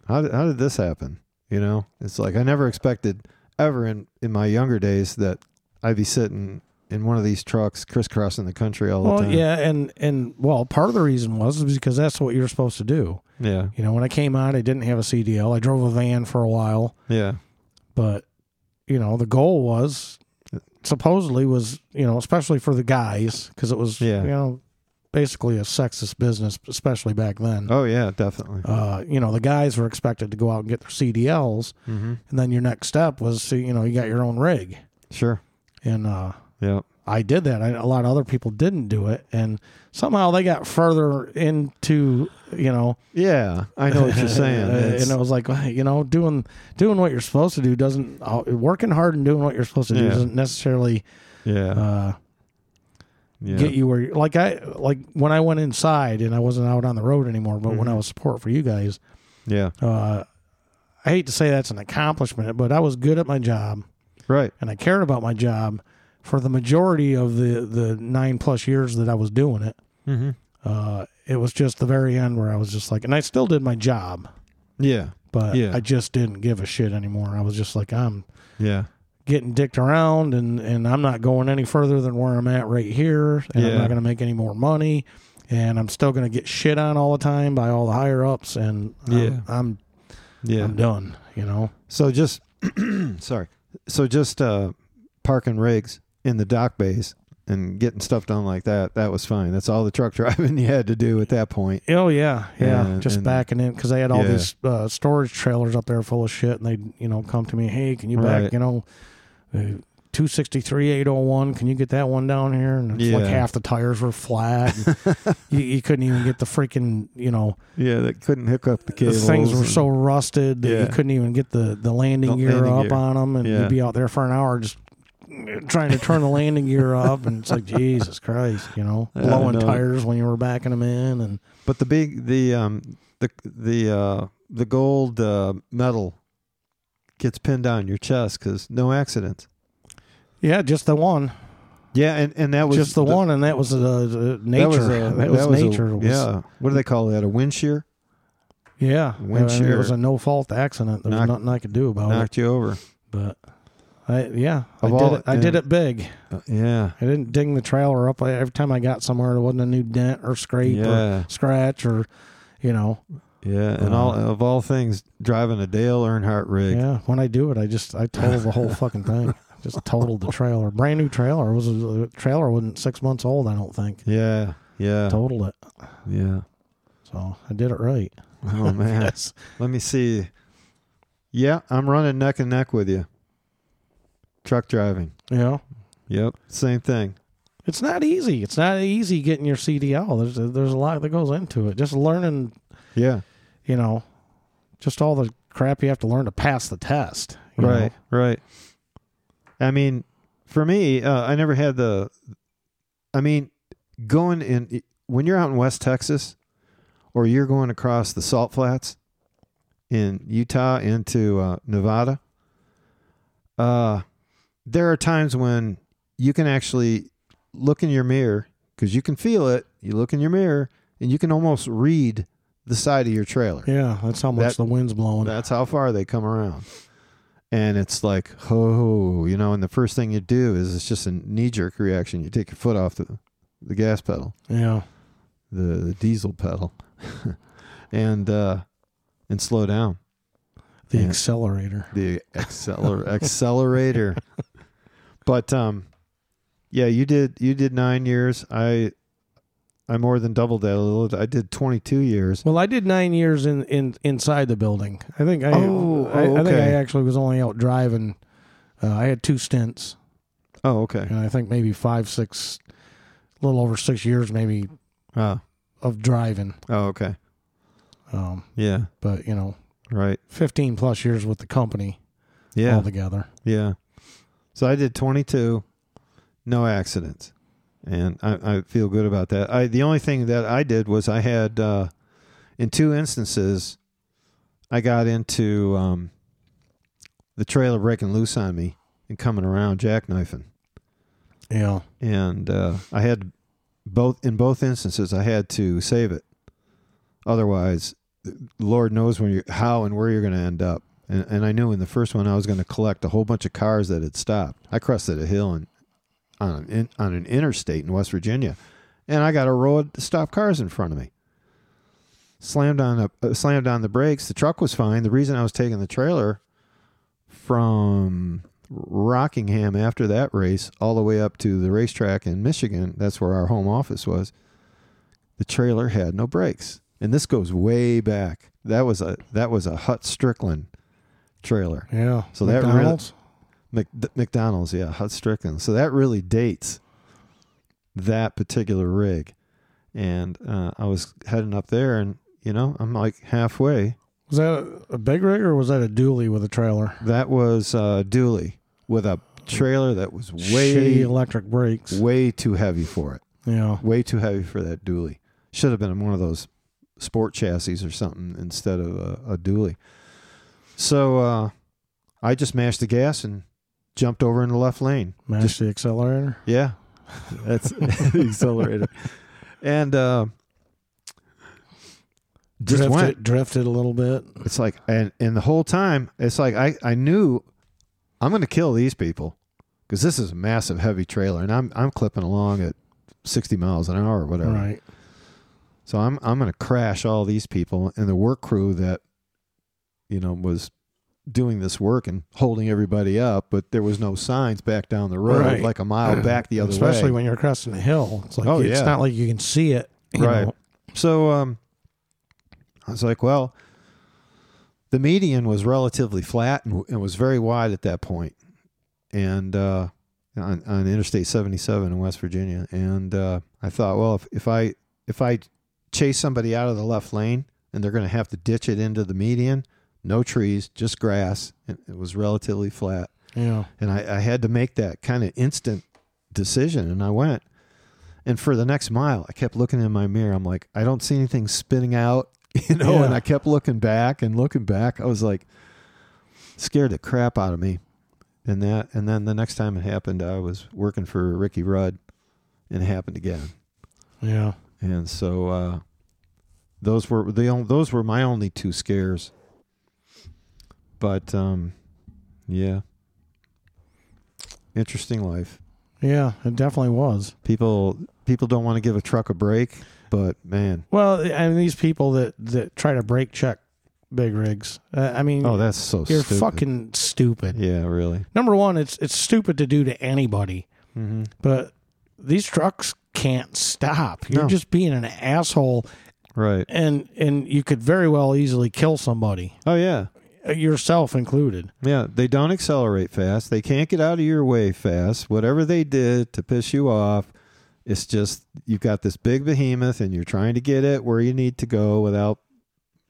B: How did, how did this happen? You know, it's like I never expected ever in in my younger days that I'd be sitting in one of these trucks crisscrossing the country all the
A: Well,
B: time.
A: yeah, and and well, part of the reason was is because that's what you're supposed to do.
B: yeah,
A: You know, when I came out, I didn't have a CDL. I drove a van for a while,
B: yeah,
A: but you know, the goal was supposedly was you know, especially for the guys because it was
B: Yeah.
A: you know, basically a sexist business, especially back then.
B: oh yeah, definitely.
A: uh, you know, the guys were expected to go out and get their CDLs,
B: hmm
A: and then your next step was, so, you know, you got your own rig,
B: Sure.
A: and uh,
B: Yeah.
A: I did that. I, a lot of other people didn't do it, and somehow they got further into, you know,
B: Yeah, I know what you're saying.
A: uh,
B: It's-
A: and it was like, well, you know, doing doing what you're supposed to do doesn't uh, working hard and doing what you're supposed to do
B: Yeah.
A: doesn't necessarily
B: yeah,
A: uh,
B: yeah,
A: get you where you like I like when I went inside and I wasn't out on the road anymore, but
B: Mm-hmm.
A: when I was support for you guys.
B: yeah.
A: uh, I hate to say that's an accomplishment, but I was good at my job
B: Right.
A: and I cared about my job for the majority of the, the nine plus years that I was doing it.
B: Mm-hmm.
A: Uh, it was just the very end where I was just like, and I still did my job,
B: Yeah.
A: but
B: Yeah.
A: I just didn't give a shit anymore. I was just like, I'm
B: Yeah.
A: getting dicked around and, and I'm not going any further than where I'm at right here. And I'm
B: Yeah.
A: not going to make any more money. And I'm still going to get shit on all the time by all the higher ups. And I'm,
B: Yeah.
A: I'm,
B: Yeah.
A: I'm done, you know?
B: So just sorry. So just uh, parking rigs in the dock bays and getting stuff done like that. That was fine. That's all the truck driving you had to do at that point.
A: Oh yeah, yeah.
B: And-
A: just
B: and-
A: backing in because they had all
B: Yeah.
A: these uh, storage trailers up there full of shit, and they would you know come to me, hey, can you back
B: Right.
A: you know uh, two sixty three eight oh one? Can you get that one down here? And it's like
B: Yeah.
A: half the tires were flat. and you, you couldn't even get the freaking you know
B: Yeah, that couldn't hook up the
A: the
B: cables.
A: things were
B: and-
A: so rusted that you
B: Yeah.
A: couldn't even get the the landing
B: The
A: gear
B: landing
A: up
B: gear.
A: on them, and
B: Yeah.
A: you'd be out there for an hour just trying to turn the landing gear up and it's like jesus christ you know
B: I
A: blowing
B: know.
A: tires when you were backing them in and
B: But the big the um the the uh the gold uh, medal gets pinned on your chest because no accidents.
A: yeah just the one
B: Yeah, and, and that was
A: just the, one, and that was uh, uh, nature. That was,
B: a- a-
A: nature. was-
B: yeah. What do they call that? A wind shear
A: yeah.
B: Wind
A: I mean, it
B: shear.
A: was a no fault accident. There was
B: Knock-
A: nothing I could do about
B: knocked you over.
A: it. But I, yeah, I
B: Of
A: did
B: all-
A: it. I did
B: yeah.
A: it big.
B: Uh, yeah,
A: I didn't ding the trailer up. I, every time I got somewhere, there wasn't a new dent or scrape
B: Yeah.
A: or scratch or, you know,
B: yeah. And all of all things, driving a Dale Earnhardt rig.
A: yeah. When I do it, I just I total the whole fucking thing. Just totaled the trailer. Brand new trailer. It was a, the trailer wasn't six months old. I don't think.
B: Yeah, yeah,
A: Totaled it.
B: yeah.
A: So I did it right.
B: Oh man,
A: Yes.
B: let me see. Yeah, I'm running neck and neck with you. Truck driving.
A: Yeah.
B: Yep, same thing.
A: It's not easy. It's not easy getting your CDL. There's a, there's a lot that goes into it. Just learning,
B: Yeah,
A: you know, just all the crap you have to learn to pass the test. you
B: right, right. I mean, for me, uh, I never had the. I mean, going in when you're out in West Texas, or you're going across the Salt Flats in Utah into uh, Nevada. Uh, there are times when you can actually look in your mirror because you can feel it. You look in your mirror and you can almost read the side of your trailer.
A: know? Yeah, that's how much
B: That-
A: the wind's blowing.
B: That's how far they come around. And it's like, oh, you know, and the first thing you do is it's just a knee jerk reaction. You take your foot off the, the gas pedal,
A: yeah,
B: the, the diesel pedal, and uh, and slow down
A: the
B: Yeah.
A: accelerator.
B: the acceler- accelerator. But um, yeah, you did you did nine years. I I more than doubled that a little. I did twenty two years.
A: Well, I did nine years in, in inside the building. I think I,
B: Oh,
A: I, I think
B: okay.
A: I actually was only out driving. Uh, I had two stints,
B: Oh, okay.
A: and I think maybe five, six, a little over six years, maybe
B: Oh,
A: of driving.
B: oh, okay.
A: Um,
B: Yeah,
A: but you know,
B: right.
A: fifteen plus years with the company.
B: Yeah.
A: altogether.
B: Yeah. So I did 22, no accidents. And I, I feel good about that. I The only thing that I did was I had, uh, in two instances, I got into um, the trailer breaking loose on me and coming around jackknifing.
A: Yeah.
B: And uh, I had both, in both instances, I had to save it. Otherwise, Lord knows when you how and where you're going to end up. And, and I knew in the first one I was going to collect a whole bunch of cars that had stopped. I crested a hill and on an in, on an interstate in West Virginia, and I got a road to stop cars in front of me. Slammed on a, uh, slammed on the brakes. The truck was fine. The reason I was taking the trailer from Rockingham after that race all the way up to the racetrack in Michigan. That's where our home office was the trailer had no brakes. And this goes way back. That was a that was a Hut Strickland trailer.
A: Yeah.
B: So that really- Mc, McDonald's, yeah, Hut Strickland. So that really dates that particular rig. And uh, I was heading up there, and you know, I'm like halfway.
A: was that a, a big rig or was that a dually with a trailer?
B: That was uh, Dooley with a trailer that was
A: Shitty
B: way
A: electric brakes.
B: way too heavy for it.
A: yeah.
B: Way too heavy for that dually. Should have been in one of those sport chassis or something instead of a, a dually. So uh, I just mashed the gas and jumped over in the left lane.
A: Mash
B: Just-
A: the accelerator.
B: Yeah, that's the accelerator. And uh, just
A: drifted,
B: went.
A: drifted a little bit.
B: It's like, and and the whole time, it's like I I knew I'm going to kill these people because this is a massive heavy trailer, and I'm I'm clipping along at 60 miles an hour or whatever.
A: Right.
B: So I'm I'm going to crash all these people and the work crew that you know was doing this work and holding everybody up, but there was no signs back down the road,
A: Right.
B: like a mile back the other
A: Especially
B: way.
A: when you're crossing a hill. It's like
B: Oh,
A: it's
B: yeah.
A: not like you can see it. you
B: Right.
A: know.
B: So um, I was like, well, the median was relatively flat and, and was very wide at that point, and uh, on, on Interstate 77 in West Virginia. And uh, I thought, well, if, if I if I chase somebody out of the left lane and they're going to have to ditch it into the median, no trees, just grass, and it was relatively flat
A: Yeah.
B: and I, I had to make that kind of instant decision and i went and for the next mile i kept looking in my mirror i'm like i don't see anything spinning out you know
A: Yeah.
B: and i kept looking back and looking back i was like scared the crap out of me and that and then the next time it happened i was working for ricky rudd and it happened again
A: Yeah.
B: and so uh those were the on- those were my only two scares but um yeah interesting life
A: Yeah. It definitely was.
B: people people don't want to give a truck a break but man
A: Well, I mean, these people that that try to brake check big rigs. Uh, I mean,
B: oh that's so
A: you're
B: stupid.
A: fucking stupid.
B: yeah really
A: Number one, it's it's stupid to do to anybody,
B: mm-hmm.
A: but these trucks can't stop. You're
B: No.
A: just being an asshole,
B: right
A: and and you could very well easily kill somebody,
B: oh yeah
A: uh, yourself included.
B: yeah they don't accelerate fast they can't get out of your way fast whatever they did to piss you off it's just you've got this big behemoth and you're trying to get it where you need to go without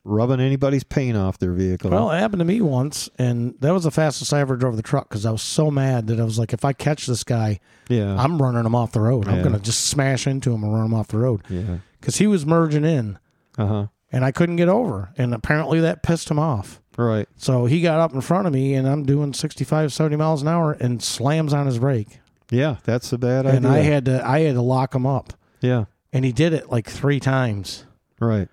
B: rubbing anybody's paint off their vehicle
A: Well, it happened to me once, and that was the fastest I ever drove the truck because I was so mad that I was like, if I catch this guy,
B: Yeah.
A: I'm running him off the road. I'm
B: Yeah.
A: gonna just smash into him and run him off the road
B: yeah.
A: because he was merging in.
B: Uh huh.
A: and I couldn't get over. And apparently that pissed him off.
B: Right.
A: So he got up in front of me, and I'm doing 65, 70 miles an hour, and slams on his brake.
B: Yeah. That's a bad
A: And
B: idea.
A: I had to, I had to lock him up,
B: yeah.
A: and he did it like three times.
B: Right.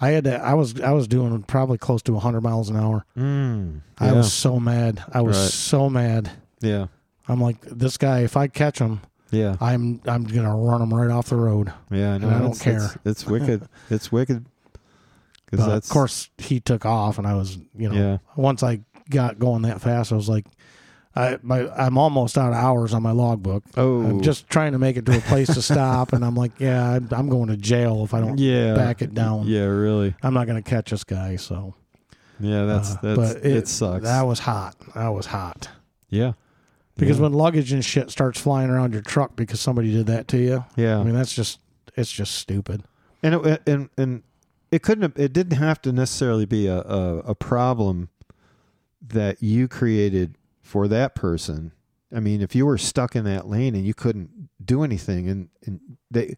A: I had to, I was, I was doing probably close to 100 miles an hour.
B: Mm.
A: I
B: yeah.
A: was so mad. I was
B: Right.
A: so mad.
B: yeah.
A: I'm like, this guy. If I catch him,
B: Yeah.
A: I'm, I'm gonna run him right off the road.
B: Yeah. I, know.
A: I don't
B: It's- it's-
A: care.
B: It's, wicked. It's wicked. Because
A: But
B: that's
A: of course, he took off, and I was, you know,
B: Yeah.
A: once I got going that fast, I was like, I my I'm almost out of hours on my logbook.
B: Oh.
A: I'm just trying to make it to a place to stop, and I'm like, yeah, I'm, I'm going to jail if I don't
B: Oh. Yeah.
A: back it down.
B: Yeah. Really.
A: I'm not going to catch this guy. So
B: Yeah. That's
A: uh,
B: that's
A: but
B: it, sucks.
A: That was hot. That was hot.
B: yeah.
A: Because
B: yeah.
A: when luggage and shit starts flying around your truck because somebody did that to you,
B: yeah.
A: I mean that's just it's just stupid.
B: and it, and and it couldn't have, it didn't have to necessarily be a, a a problem that you created for that person i mean if you were stuck in that lane and you couldn't do anything and and they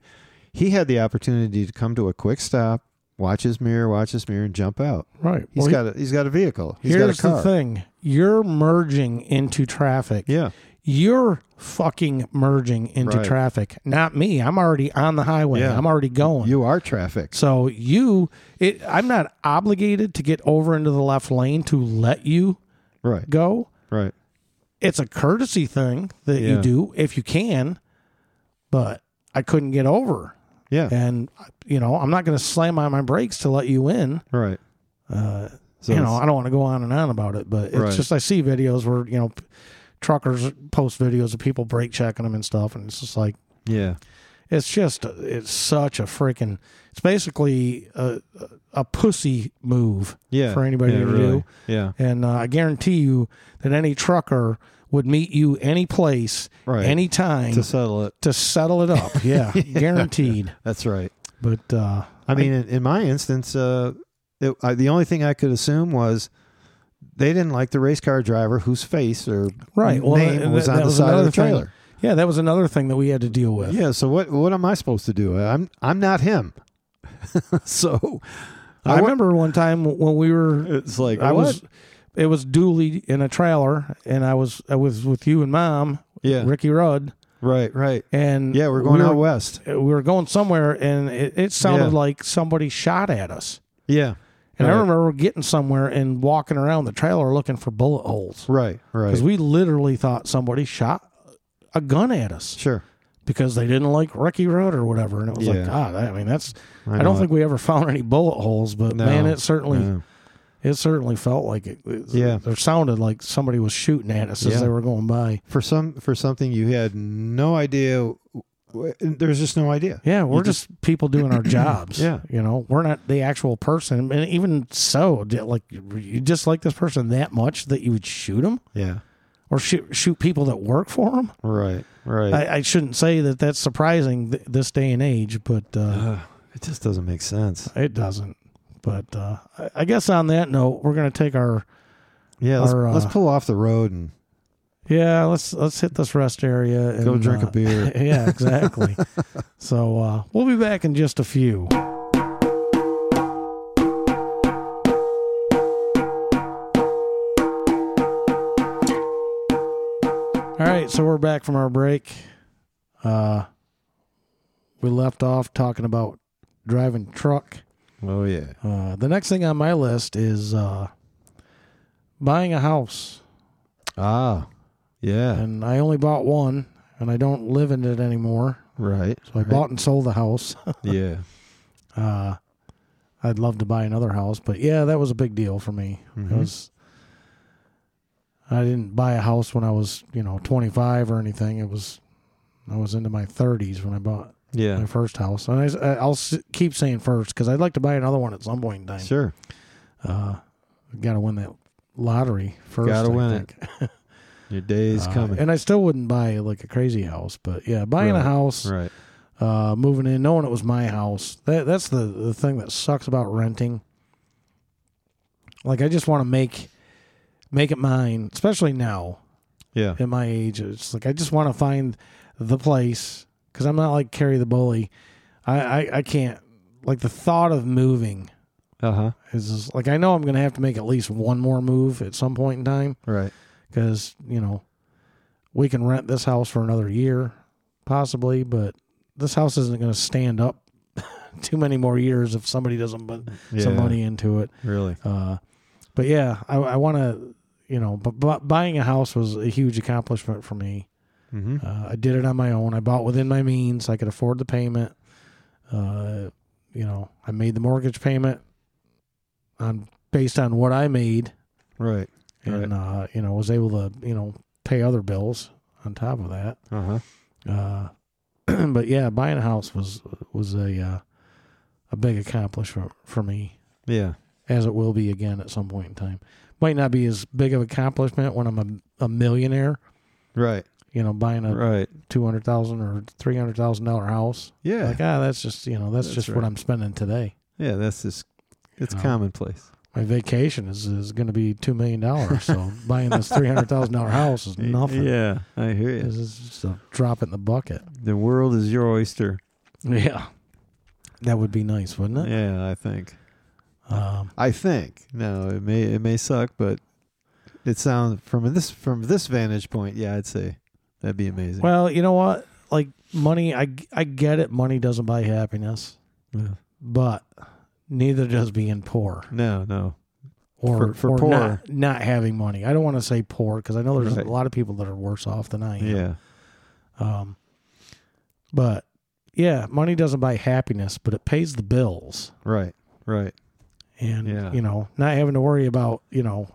B: he had the opportunity to come to a quick stop watch his mirror watch his mirror and jump out
A: Right.
B: He's got a he's got a vehicle He's got a
A: here's
B: car
A: the thing: you're merging into traffic.
B: yeah
A: you're fucking merging into
B: Right.
A: traffic not me i'm already on the highway
B: Yeah.
A: i'm already going
B: you are traffic
A: so you it i'm not obligated to get over into the left lane to let you
B: right
A: go
B: right
A: it's a courtesy thing that you
B: Yeah.
A: do if you can but i couldn't get over
B: yeah,
A: and you know i'm not going to slam on my brakes to let you in
B: right
A: uh,
B: so
A: you know,
B: it's-
A: I don't want to go on and on about it, but it's
B: Right.
A: just I see videos where you know p- truckers post videos of people brake checking them and stuff, and it's just like
B: yeah
A: it's just it's such a freaking it's basically a a pussy move,
B: yeah
A: for anybody
B: yeah,
A: to
B: really.
A: do.
B: yeah
A: and uh, I guarantee you that any trucker would meet you any place,
B: Right.
A: any time
B: to
A: to,
B: settle it
A: settle it up. Yeah, guaranteed.
B: that's right
A: But uh,
B: I mean, in, in my instance, uh, it, I, the only thing I could assume was they didn't like the race car driver whose face or
A: right, well,
B: name
A: that-
B: was
A: that
B: on the side of
A: another
B: the
A: thing.
B: trailer.
A: Yeah, that was another thing that we had to deal with.
B: Yeah. So what what am I supposed to do? I'm I'm not him. so
A: I,
B: wa-
A: remember one time when we were,
B: it's like
A: I
B: what?
A: was, it was Dooley in a trailer, and I was, I was with you and Mom,
B: yeah
A: Ricky Rudd,
B: right right
A: and
B: yeah we're going
A: we
B: out
A: were-
B: west
A: We were going somewhere, and it, it sounded
B: Yeah.
A: like somebody shot at us.
B: Yeah.
A: And I
B: Right.
A: remember getting somewhere and walking around the trailer looking for bullet holes
B: Right. Right.
A: because we literally thought somebody shot a gun at us
B: sure.
A: because they didn't like Ricky Road or whatever. And it was like,
B: Yeah.
A: God, I mean, that's.
B: I,
A: I,
B: know Uh,
A: don't
B: it.
A: think we ever found any bullet holes, but
B: No.
A: man, it certainly
B: Yeah.
A: it certainly felt like it. it
B: Yeah.
A: or sounded like somebody was shooting at us
B: Yeah.
A: as they were going by.
B: for some for something you had no idea. There's just no idea.
A: Yeah, we're
B: You
A: just, people doing our jobs.
B: Yeah.
A: you know, we're not the actual person, and even so, d- like you dislike this person that much that you would shoot them
B: Yeah.
A: or shoot shoot people that work for them.
B: Right. Right.
A: I, I shouldn't say that that's surprising th- this day and age, but uh,
B: Ugh, it just doesn't make sense.
A: it doesn't. But uh, I- I guess on that note, we're gonna take our
B: Yeah. Let's,
A: Or, uh,
B: let's pull off the road and
A: yeah. Let's let's hit this rest area. And,
B: go drink
A: uh,
B: a beer.
A: yeah, exactly. so uh, we'll be back in just a few. All right, so we're back from our break. Uh, we left off talking about driving truck.
B: oh yeah.
A: Uh, the next thing on my list is uh, buying a house,
B: Ah. Yeah.
A: and I only bought one, and I don't live in it anymore.
B: Right.
A: So I
B: right.
A: bought and sold the house.
B: Yeah.
A: Uh, I'd love to buy another house, but yeah, that was a big deal for me. It
B: Mhm.
A: was. I didn't buy a house when I was, you know, 25 or anything. It was, I was into my 30s when I bought my
B: Yeah.
A: first house. And I, s- I- I'll s- keep saying first because I'd like to buy another one at some point in time.
B: Sure.
A: Uh, got to win that lottery first. I
B: Gotta win it.
A: think.
B: Your day is
A: Uh,
B: coming.
A: And I still wouldn't buy like a crazy house, but yeah, buying a
B: Right,
A: house,
B: right.
A: uh, moving in, knowing it was my house. That that's the, the thing that sucks about renting. Like I just want to make make it mine, especially now
B: Yeah.
A: at my age. It's like I just want to find the place because I'm not like carry the bully. I, I I can't like the thought of moving
B: Uh huh.
A: is just, like I know I'm gonna have to make at least one more move at some point in time
B: Right.
A: because you know we can rent this house for another year possibly but this house isn't going to stand up too many more years if somebody doesn't put
B: Yeah.
A: some money into it
B: Really.
A: uh, but yeah i, I want to you know but, but buying a house was a huge accomplishment for me
B: Mm-hmm.
A: uh, i did it on my own i bought within my means i could afford the payment uh, you know i made the mortgage payment on based on what i made
B: Right.
A: and uh, you know was able to you know pay other bills on top of that.
B: Uh huh.
A: Uh, but yeah, buying a house was was a uh, a big accomplishment for me,
B: Yeah.
A: as it will be again at some point in time. Might not be as big of an accomplishment when I'm a, a millionaire,
B: Right.
A: you know, buying a
B: Right.
A: two hundred thousand or three hundred thousand dollar house.
B: Yeah.
A: Like ah, that's just you know that's,
B: That's
A: just
B: right.
A: what I'm spending today.
B: yeah. That's just. It's
A: know.
B: commonplace.
A: My vacation is, is going to be two million dollars. So buying this three hundred thousand dollar house is nothing.
B: Yeah. I hear you.
A: This is just a drop in the bucket.
B: The world is your oyster.
A: Yeah. That would be nice, wouldn't it?
B: Yeah, I think.
A: Um,
B: I think. No, it may it may suck, but it sounds from this from this vantage point. Yeah, I'd say that'd be amazing.
A: well, you know what? Like money, I, I get it. Money doesn't buy happiness,
B: Yeah.
A: but neither does being poor
B: no, no,
A: or,
B: For- for
A: or
B: poor.
A: Not, not having money. I don't want to say poor because I know there's
B: Right.
A: a lot of people that are worse off than I am.
B: yeah,
A: Um, but yeah, money doesn't buy happiness, but it pays the bills.
B: right, right,
A: and
B: Yeah.
A: you know not having to worry about you know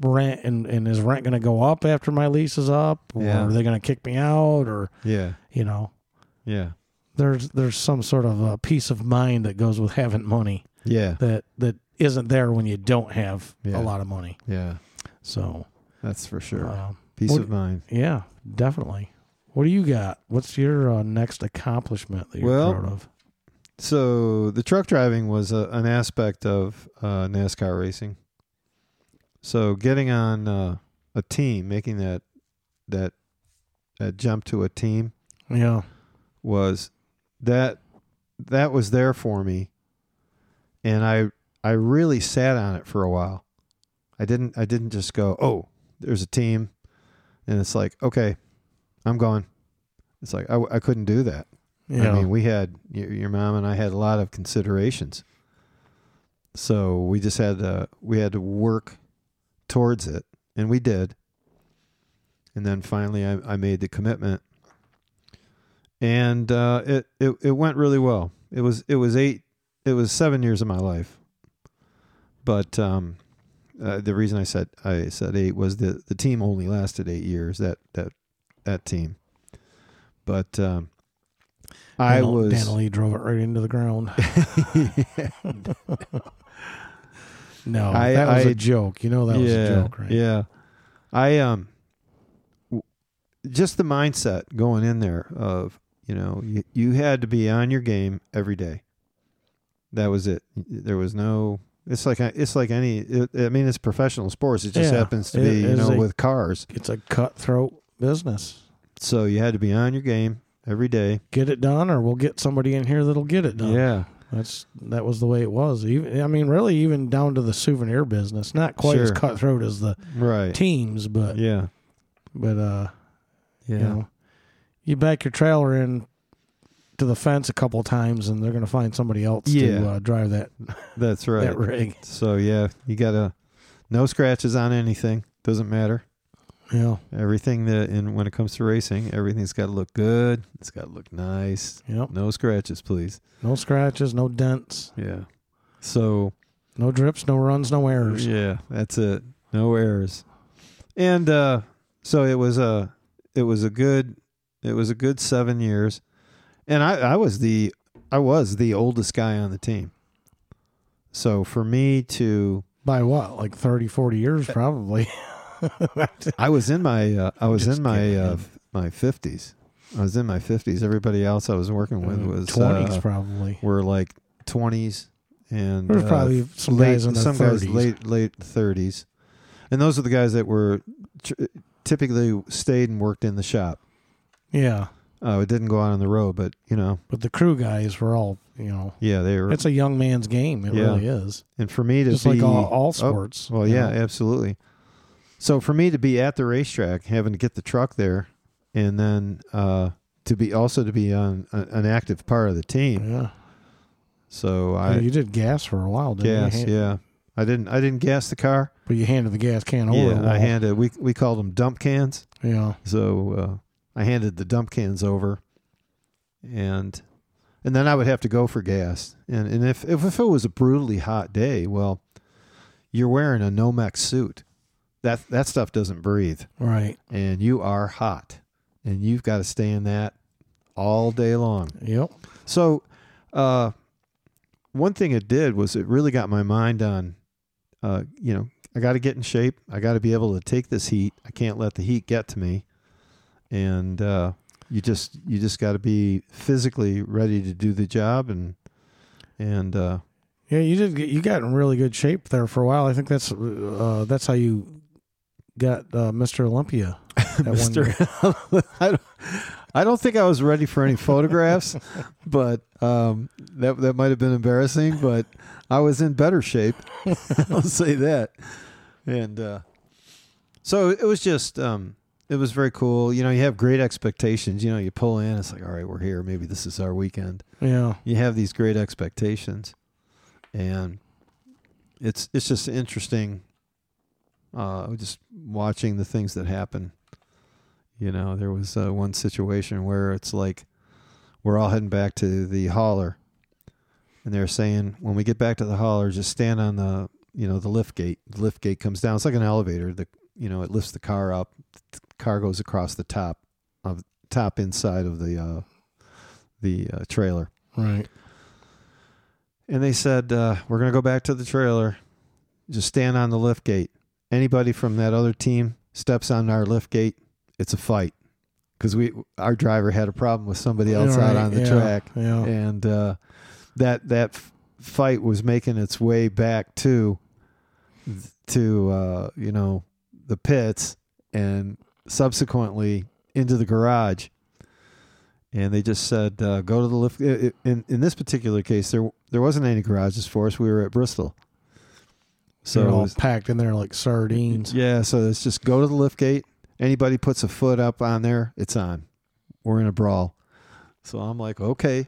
A: rent and, and is rent going to go up after my lease is up or
B: Yeah.
A: are they going to kick me out or
B: yeah,
A: you know
B: yeah,
A: there's there's some sort of a peace of mind that goes with having money
B: yeah,
A: that that isn't there when you don't have
B: Yeah.
A: a lot of money
B: yeah.
A: so
B: That's for sure.
A: um,
B: Peace
A: what-
B: of mind.
A: yeah definitely what do you got what's your uh, next accomplishment that you're
B: Well,
A: proud of
B: So the truck driving was a, an aspect of uh, NASCAR racing. So getting on uh, a team, making that that that jump to a team
A: yeah
B: was that that was there for me and i i really sat on it for a while i didn't i didn't just go oh there's a team and it's like okay i'm going it's like i, I couldn't do that
A: yeah
B: i mean we had your, your mom and i had a lot of considerations So we just had to, we had to work towards it, and we did. And then finally, I, I made the commitment, and uh, it, it it went really well. It was it was eight it was seven years of my life, but um, uh, the reason I said I said eight was the the team only lasted eight years that that that team, but um, I
A: Dan-
B: was
A: Dan Lee drove it right into the ground. no,
B: I-
A: that was a
B: I-
A: joke. You know that was a joke, right?
B: Yeah. I um w- just the mindset going in there of, you know, you, you had to be on your game every day. That was it. There was no it's like uh, it's like any it, I mean it's professional sports. It just
A: Yeah.
B: happens to
A: It
B: be, you
A: is
B: know,
A: a-
B: with cars.
A: It's a cutthroat business.
B: So you had to be on your game every day.
A: Get it done, or we'll get somebody in here that'll get it done.
B: Yeah.
A: That's that was the way it was. Even I mean, really, even down to the souvenir business, not quite as
B: Sure.
A: cutthroat as the
B: Right.
A: teams, but
B: Yeah.
A: but uh,
B: Yeah.
A: you know, you back your trailer in to the fence a couple times, and they're going to find somebody else
B: Yeah.
A: to uh, drive that
B: That's right.
A: that rig.
B: So yeah, you got to no scratches on anything. Doesn't matter.
A: Yeah,
B: Everything that, and when it comes to racing, everything's got to look good. It's got to look nice.
A: yep.
B: No scratches, please.
A: No scratches, no dents,
B: Yeah. So
A: no drips, no runs, no errors.
B: yeah, that's it. No errors. And uh, so it was a, it was a good, it was a good seven years, and I, I was the, I was the oldest guy on the team. So for me to,
A: By what, like 30, 40
B: Eh.
A: years, probably.
B: I was in my, uh, I was
A: Just
B: in my,
A: kidding.
B: uh, my fifties. I was in my fifties. Everybody else I was working with was
A: Mm, twenties,
B: uh,
A: probably.
B: were like 20s and
A: There's
B: uh,
A: probably some
B: late,
A: guys in their
B: some
A: 30s.
B: guys late late 30s, and those are the guys that were tr- uh, typically stayed and worked in the shop.
A: Yeah,
B: Uh, it didn't go out on the road, but you know,
A: but the crew guys were all you know.
B: yeah, they were.
A: It's a young man's game. It
B: Yeah.
A: really is.
B: And for me to
A: Just
B: be
A: like all, all
B: oh,
A: sports.
B: Well,
A: you
B: yeah,
A: know?
B: absolutely. So for me to be at the racetrack, having to get the truck there, and then uh, to be also to be on a, an active part of the team.
A: Yeah.
B: So
A: Yeah,
B: I
A: you did gas for a while, didn't
B: gas,
A: you? Han-
B: yeah. I didn't. I didn't gas the car.
A: But you handed the gas can over.
B: Yeah,
A: the
B: I
A: wall.
B: handed we we called them dump cans.
A: Yeah.
B: So uh, I handed the dump cans over, and and then I would have to go for gas. And and if if, if it was a brutally hot day, well, you're wearing a Nomex suit. That that stuff doesn't breathe,
A: Right.
B: and you are hot, and you've got to stay in that all day long.
A: Yep.
B: So, uh, one thing it did was it really got my mind on, uh, you know, I got to get in shape. I got to be able to take this heat. I can't let the heat get to me. And uh, you just you just got to be physically ready to do the job and and uh,
A: Yeah, you did. Get, you got in really good shape there for a while. I think that's uh, that's how you got uh, Mr. Olympia. that one
B: Mr.
A: year.
B: I don't, I don't think I was ready for any photographs, but um, that that might have been embarrassing. But I was in better shape. I'll say that. And uh, so it was just, um, it was very cool. You know, you have great expectations. You know, you pull in, it's like, all right, we're here. Maybe this is our weekend.
A: Yeah.
B: You have these great expectations, and it's it's just interesting. Uh, just watching the things that happen. You know, there was uh, one situation where it's like we're all heading back to the hauler, and they're saying when we get back to the hauler, just stand on the you know the lift gate. The lift gate comes down. It's like an elevator. The you know it lifts the car up. The car goes across the top of top inside of the uh, the uh, trailer.
A: Right.
B: And they said, uh, we're going to go back to the trailer. Just stand on the lift gate. Anybody from that other team steps on our lift gate, it's a fight. Because we, our driver had a problem with somebody else
A: Right,
B: out on the
A: yeah,
B: track,
A: Yeah.
B: and uh, that that f- fight was making its way back to to uh, you know the pits, and subsequently into the garage and they just said uh, go to the lift i- i- in in this particular case there there wasn't any garages for us we were at Bristol
A: So
B: so it
A: all
B: was-
A: packed in there like sardines.
B: yeah so it's just go to the lift gate anybody puts a foot up on there it's on we're in a brawl so I'm like okay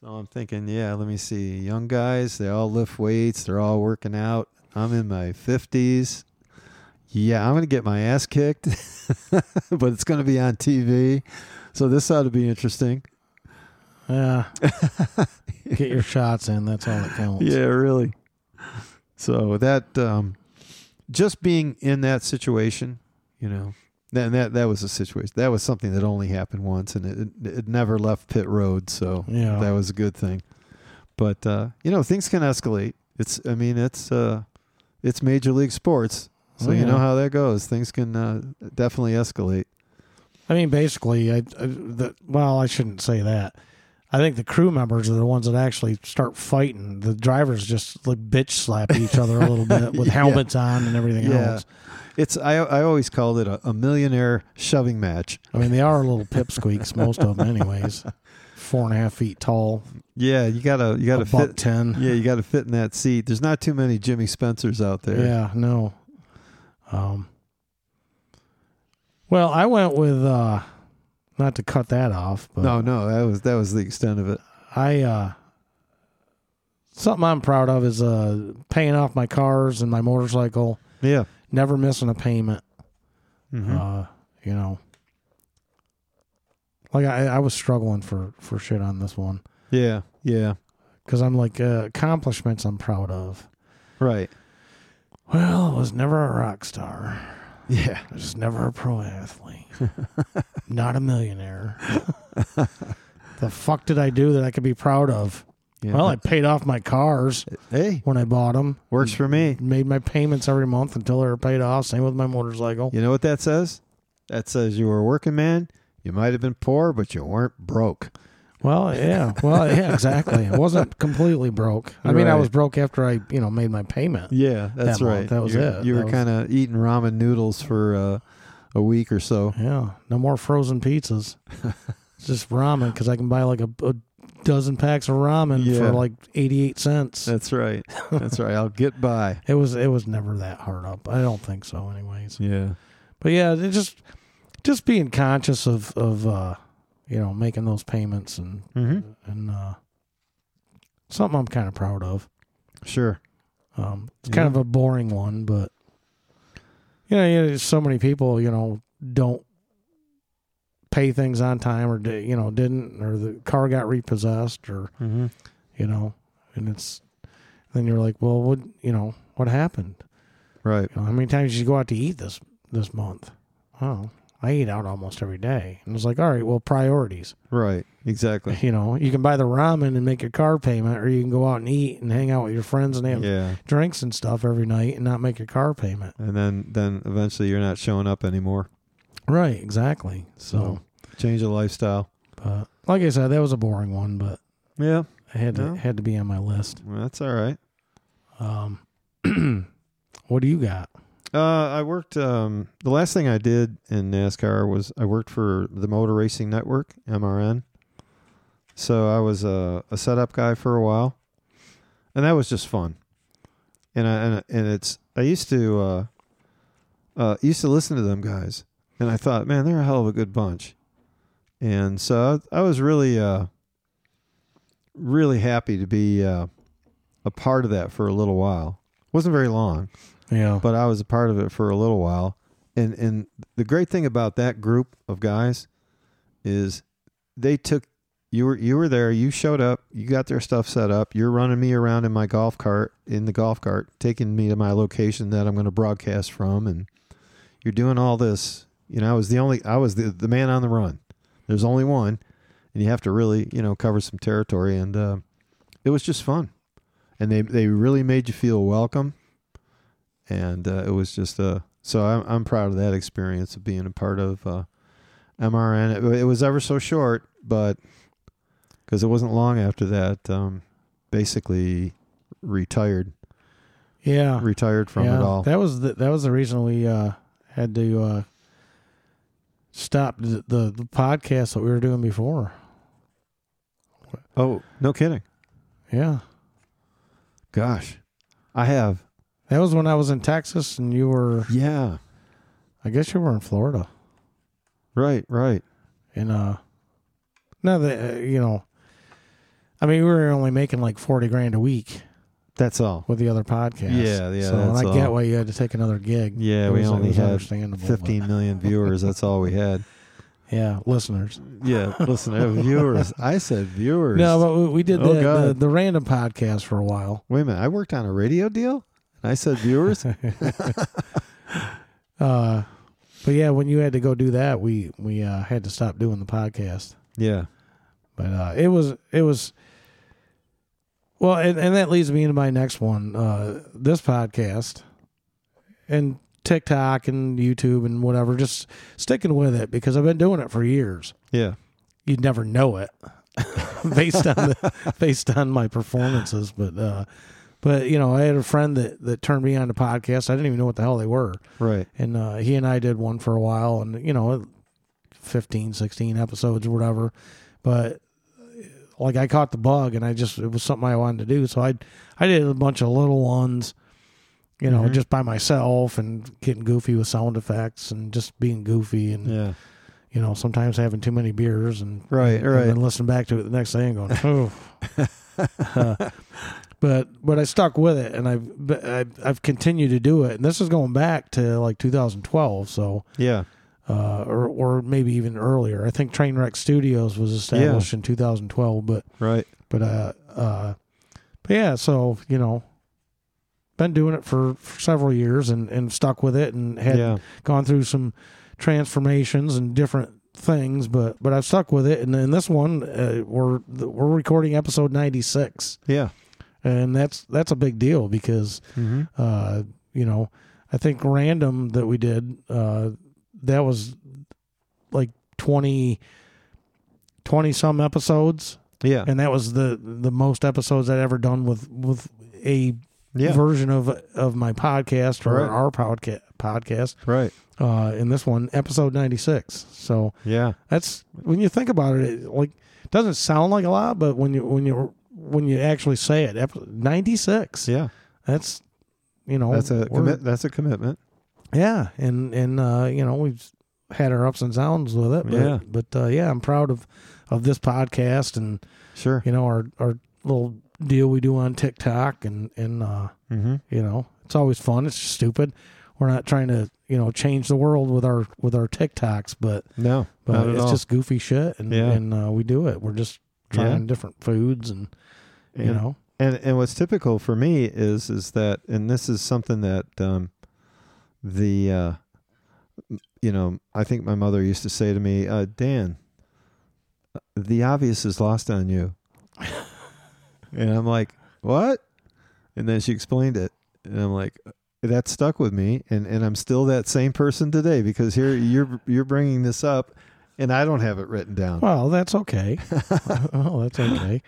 B: So I'm thinking, yeah, let me see. Young guys, they all lift weights, they're all working out. I'm in my 50s. Yeah, I'm going to get my ass kicked, but it's going to be on TV. So this ought to be interesting.
A: Yeah. Get your shots in. That's all that counts.
B: Yeah, really. So that um, just being in that situation, you know, that that that was a situation. That was something that only happened once, and it it, it never left pit road. So
A: Yeah.
B: that was a good thing. But uh, you know, things can escalate. It's I mean, it's uh, it's major league sports, so
A: Oh,
B: you
A: yeah.
B: know how that goes. Things can uh, definitely escalate.
A: I mean, basically, I, I the, well, I shouldn't say that. I think the crew members are the ones that actually start fighting. The drivers just like bitch slap each other a little bit with
B: Yeah.
A: helmets on and everything
B: Yeah.
A: else.
B: It's I I always called it a, a millionaire shoving match.
A: I mean, they are little pipsqueaks, most of them, anyways. Four and a half feet tall,
B: Yeah, you gotta you
A: a
B: gotta
A: buck
B: fit.
A: ten.
B: Yeah, you gotta fit in that seat. There's not too many Jimmy Spencers out there.
A: Yeah, no. Um, well, I went with uh, not to cut that off, but
B: No, no, that was that was the extent of it.
A: I uh, something I'm proud of is uh, paying off my cars and my motorcycle,
B: Yeah.
A: never missing a payment.
B: Mhm.
A: Uh, you know, like I, I was struggling for for shit on this one
B: yeah. Yeah.
A: because I'm like uh, accomplishments I'm proud of.
B: Right.
A: Well, I was never a rock star.
B: Yeah.
A: I was never a pro athlete. Not a millionaire. the fuck did I do that I could be proud of?
B: yeah.
A: Well, I paid off my cars
B: hey,
A: when I bought them.
B: works for me.
A: Made my payments every month until they were paid off. Same with my motorcycle.
B: You know what that says? That says you were a working man. You might have been poor, but you weren't broke.
A: Well, yeah. Well, yeah, exactly. I wasn't completely broke. I mean, I
B: Right.
A: was broke after I, you know, made my payment.
B: Yeah, that's
A: That month,
B: right.
A: that was
B: you,
A: it.
B: You
A: That
B: were
A: was-
B: kind of eating ramen noodles for uh, a week or so.
A: Yeah. No more frozen pizzas. It's just ramen because I can buy like a, a dozen packs of ramen
B: Yeah.
A: for like 88 cents.
B: That's right. That's right. I'll get by.
A: It was it was never that hard up. I don't think so, anyways.
B: Yeah.
A: But yeah, it just just being conscious of of uh, you know making those payments and
B: Mm-hmm.
A: and uh, something I'm kind of proud of.
B: Sure.
A: Um, it's
B: Yeah.
A: kind of a boring one, but you know, you know, so many people you know don't pay things on time or di- you know didn't or the car got repossessed or
B: Mm-hmm.
A: you know and it's then you're like well what you know what happened
B: Right.
A: You know, how many times did you go out to eat this this month? Oh, I eat out almost every day. And it's like, all right, well, priorities.
B: Right. Exactly.
A: You know, you can buy the ramen and make your car payment, or you can go out and eat and hang out with your friends and have
B: Yeah.
A: drinks and stuff every night and not make your car payment.
B: And then then eventually you're not showing up anymore.
A: Right, exactly. So,
B: Change of lifestyle.
A: but like I said, that was a boring one, but
B: Yeah.
A: it had to
B: No.
A: had to be on my list.
B: Well, that's all right.
A: Um, what do you got?
B: Uh, I worked. Um, the last thing I did in NASCAR was I worked for the Motor Racing Network (MRN). So I was a, a setup guy for a while, and that was just fun. And I and, and it's I used to uh, uh, used to listen to them guys, and I thought, man, they're a hell of a good bunch. And so I, I was really uh, really happy to be uh, a part of that for a little while. wasn't very long
A: Yeah,
B: but I was a part of it for a little while. And and the great thing about that group of guys is they took you were you were there, you showed up, you got their stuff set up, you're running me around in my golf cart in the golf cart, taking me to my location that I'm going to broadcast from and you're doing all this. You know, I was the only I was the, the man on the run. There's only one and you have to really, you know, cover some territory and uh, it was just fun. And they they really made you feel welcome and uh, it was just uh so I'm I'm proud of that experience of being a part of uh, MRN. It, it was ever so short, but because it wasn't long after that, um, basically retired
A: yeah.
B: retired from it all.
A: That was the, that was the reason we uh, had to uh, stop the, the the podcast that we were doing before.
B: oh, no kidding!
A: Yeah,
B: Gosh, I have
A: that was when I was in Texas and you were.
B: yeah
A: I guess you were in Florida.
B: right right
A: And uh, now that uh, you know, I I mean, we were only making like forty grand a week
B: That's all.
A: with the other podcast.
B: Yeah, yeah,
A: So and
B: that's
A: I get
B: all.
A: why you had to take another gig.
B: Yeah,
A: It
B: we
A: was- it
B: only
A: was
B: had
A: understandable, but-
B: 15 million viewers. That's all we had.
A: Yeah, listeners.
B: Yeah, listen, uh, viewers. I said viewers.
A: No, but we, we did
B: Oh,
A: the, the
B: God.
A: the random podcast for a while.
B: Wait a minute. I worked on a radio deal and I said viewers?
A: Uh, but yeah, when you had to go do that, we we uh, had to stop doing the podcast.
B: yeah.
A: But uh, it was it was well, and, and that leads me into my next one. Uh, this podcast and TikTok and YouTube and whatever, just sticking with it because I've been doing it for years.
B: Yeah.
A: You'd never know it based on the, based on my performances, but uh, but you know, I had a friend that that turned me on to podcasts. I didn't even know what the hell they were
B: Right.
A: and uh, he and i did one for a while and you know 15 16 episodes or whatever but like i caught the bug and i just it was something i wanted to do so i i did a bunch of little ones you know
B: Mhm.
A: just by myself and getting goofy with sound effects and just being goofy and
B: Yeah.
A: you know sometimes having too many beers and
B: Right.
A: and
B: Right.
A: then listen back to it the next day and going, oh. but but I stuck with it, and I've, but I've I've continued to do it, and this is going back to like 2012, so
B: Yeah.
A: uh, or or maybe even earlier. I think Trainwreck Studios was established in 2012, but
B: Right.
A: but uh uh, but yeah, so you know, been doing it for, for several years and and stuck with it, and had
B: Yeah.
A: gone through some transformations and different things, but but I've stuck with it. And in this one, uh, we're we're recording episode ninety six,
B: Yeah.
A: and that's that's a big deal because
B: Mm-hmm.
A: uh, you know I think random that we did uh, that was like 20, 20 some episodes,
B: Yeah.
A: and that was the the most episodes I'd ever done with with a
B: Yeah.
A: version of of my podcast or
B: Right.
A: our podca- podcast
B: right.
A: uh, in this one, episode 96. So
B: Yeah.
A: that's when you think about it, it like doesn't sound like a lot, but when you when you when you actually say it, ep- 96.
B: Yeah.
A: That's you know
B: That's a
A: we're-
B: commit. That's a commitment.
A: yeah, and and uh, you know we've had our ups and downs with it, but,
B: Yeah.
A: but uh, yeah, I'm proud of of this podcast and
B: Sure.
A: you know our our little deal we do on TikTok and and uh,
B: Mm-hmm.
A: you know it's always fun. It's stupid. We're not trying to you know change the world with our with our TikToks, but
B: No.
A: But
B: not at
A: it's
B: all.
A: just goofy shit, and
B: Yeah.
A: and uh, we do it. We're just trying different foods, and you
B: Yeah.
A: know,
B: And and what's typical for me is is that and this is something that um, the uh, you know I think my mother used to say to me, uh, Dan, the obvious is lost on you, and I'm like, what? And then she explained it, and I'm like. "Uh, That stuck with me, and, and I'm still that same person today because here you're you're bringing this up, and I don't have it written down.
A: well, that's okay. oh, that's okay.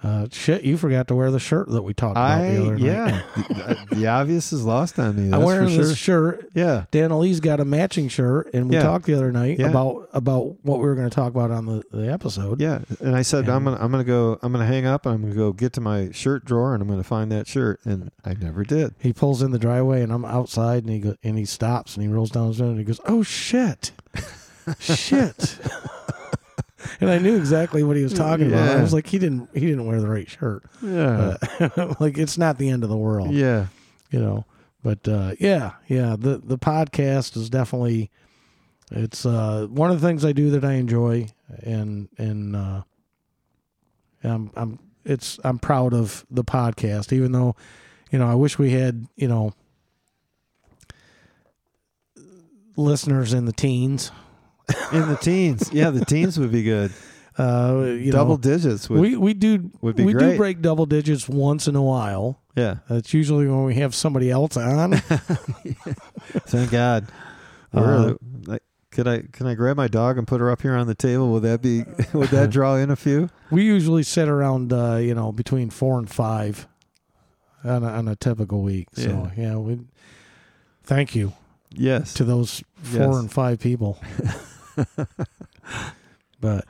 A: Uh, shit, you forgot to wear the shirt that we talked about
B: I
A: the other night.
B: yeah, the, the obvious is lost on me. That's
A: I'm wearing
B: for sure.
A: this shirt.
B: yeah,
A: Dan Lee's got a matching shirt, and we
B: Yeah.
A: talked the other night
B: Yeah.
A: about about what we were going to talk about on the, the episode.
B: Yeah, and I said I'm
A: And-
B: gonna I'm gonna go I'm gonna hang up and I'm gonna go get to my shirt drawer and I'm gonna find that shirt and I never did.
A: He pulls in the driveway, and I'm outside, and he go, and he stops, and he rolls down his window, and he goes, "Oh shit, shit." and I knew exactly what he was talking about. I
B: Yeah.
A: was like, he didn't he didn't wear the right shirt.
B: Yeah,
A: Uh, like it's not the end of the world,
B: yeah,
A: you know. But uh, yeah, yeah, the the podcast is definitely it's uh, one of the things I do that I enjoy, and and uh, I'm I'm it's I'm proud of the podcast, even though you know I wish we had you know listeners in the teens.
B: in the teens. Yeah, the teens would be good.
A: Uh, you
B: Double
A: know,
B: digits would.
A: we we do
B: would be
A: we do
B: great.
A: break double digits once in a while.
B: yeah,
A: That's usually when we have somebody else on.
B: thank God. Where
A: Uh-huh.
B: are the- like, could I can I grab my dog and put her up here on the table? Would that be would that draw in a few?
A: we usually sit around, uh, you know, between four and five on a, on a typical week. So yeah, we thank you
B: Yes.
A: to those four
B: Yes.
A: and five people. but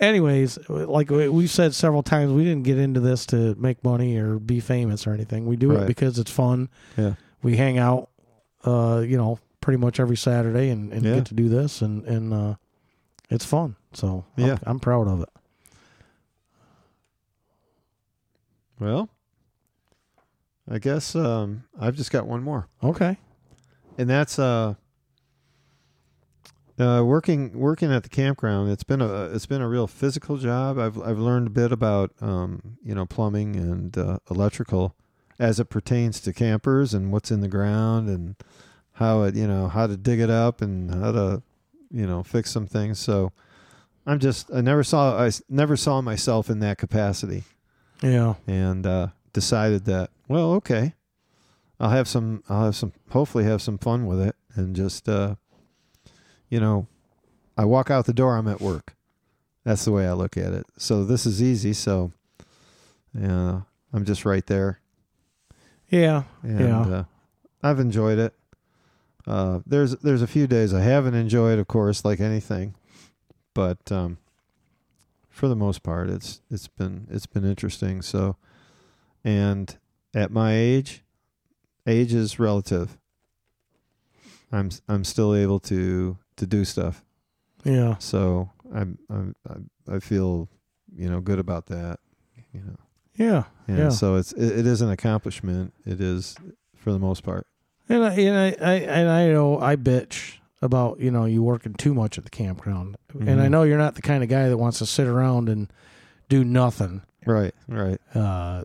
A: anyways, like we- we've said several times, we didn't get into this to make money or be famous or anything. We do it
B: Right.
A: because it's fun.
B: Yeah.
A: we hang out uh you know pretty much every saturday and, and
B: Yeah.
A: get to do this and and uh it's fun so I'm-
B: Yeah.
A: I'm, proud of it
B: Well, I guess um, I've just got one more,
A: Okay.
B: and that's uh, uh, working working at the campground. It's been a it's been a real physical job. I've I've learned a bit about um, you know plumbing and uh, electrical as it pertains to campers and what's in the ground and how it you know how to dig it up and how to you know fix some things. So I'm just I never saw I s- never saw myself in that capacity
A: Yeah.
B: and uh, decided that well okay i'll have some i'll have some hopefully have some fun with it and just uh, you know i walk out the door i'm at work that's the way i look at it so this is easy so uh, i'm just right there
A: Yeah.
B: and
A: Yeah.
B: uh, i've enjoyed it uh, there's there's a few days i haven't enjoyed of course like anything but um, for the most part it's it's been it's been interesting so and at my age age is relative i'm s- i'm still able to to do stuff
A: Yeah.
B: so i'm i'm I- i feel you know good about that you know
A: Yeah.
B: yeah,
A: Yeah.
B: so it's it, it is an accomplishment it is for the most part
A: And I, and I, I and I know I bitch about you know you working too much at the campground, and I
B: Mhm.
A: know you're not the kind of guy that wants to sit around and do nothing.
B: right right
A: Uh,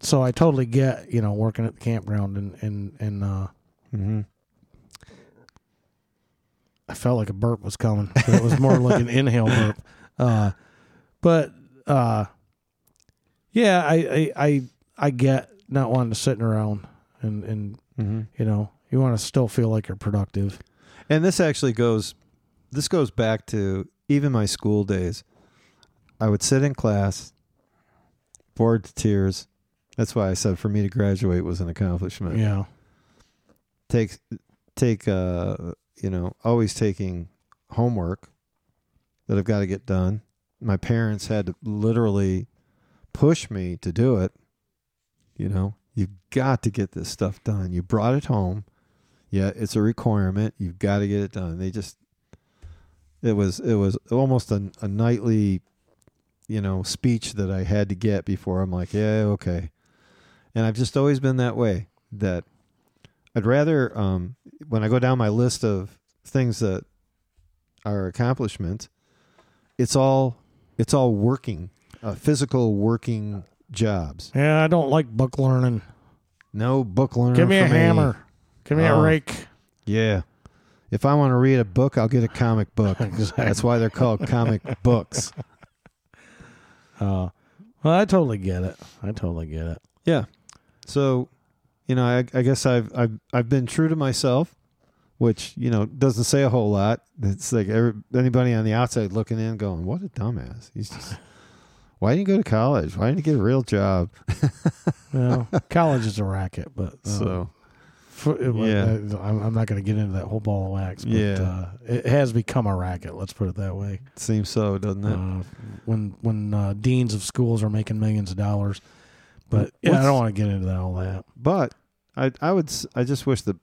A: so I totally get you know working at the campground and and and uh,
B: mm-hmm.
A: I felt like a burp was coming. But it was more like an inhale burp. Uh, but uh, yeah, I, I I I get not wanting to sit around and and
B: Mm-hmm.
A: you know you want to still feel like you're productive.
B: And this actually goes this goes back to even my school days. I would sit in class, bored to tears. That's why I said for me to graduate was an accomplishment.
A: Yeah.
B: Take take uh you know, always taking homework that I've got to get done. My parents had to literally push me to do it. You know, you've got to get this stuff done. You brought it home. Yeah, it's a requirement. You've got to get it done. They just it was it was almost a, a nightly, you know, speech that I had to get before I'm like, yeah, okay. And I've just always been that way that I'd rather um when I go down my list of things that are accomplishments, it's all it's all working, uh, physical working jobs.
A: Yeah, I don't like book learning.
B: No book learning.
A: Give Uh, me
B: for
A: a hammer. Give me
B: Oh.
A: a rake.
B: Yeah. If I want to read a book, I'll get a comic book.
A: Exactly.
B: That's why they're called comic books.
A: Uh, well, I totally get it. I totally get it.
B: Yeah. So, you know, I, I guess I've, I've I've been true to myself, which you know doesn't say a whole lot. It's like every, anybody on the outside looking in, going, "What a dumbass! He's just why didn't you go to college? Why didn't you get a real job?"
A: Well, college is a racket, but uh,
B: so
A: for,
B: Yeah.
A: yeah, uh, I'm, I'm not going to get into that whole ball of wax. But,
B: Yeah.
A: uh, it has become a racket. Let's put it that way.
B: seems so, doesn't it?
A: Uh, when when uh, deans of schools are making millions of dollars, but yeah, I
B: What's-
A: don't want to get into that, all that.
B: But I I would s- I just wish that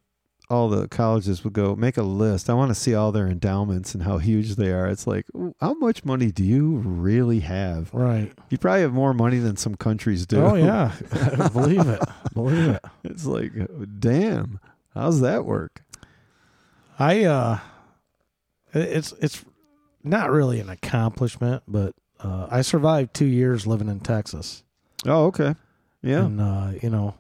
B: all the colleges would go make a list. I want to see all their endowments and how huge they are. It's like, "Ooh, how much money do you really have?
A: Right?
B: You probably have more money than some countries do.
A: Oh yeah, believe it, believe it.
B: it's like, damn, how's that work?
A: I uh it- it's it's not really an accomplishment, but uh I survived 2 years living in Texas.
B: Oh, okay. Yeah.
A: And uh you know,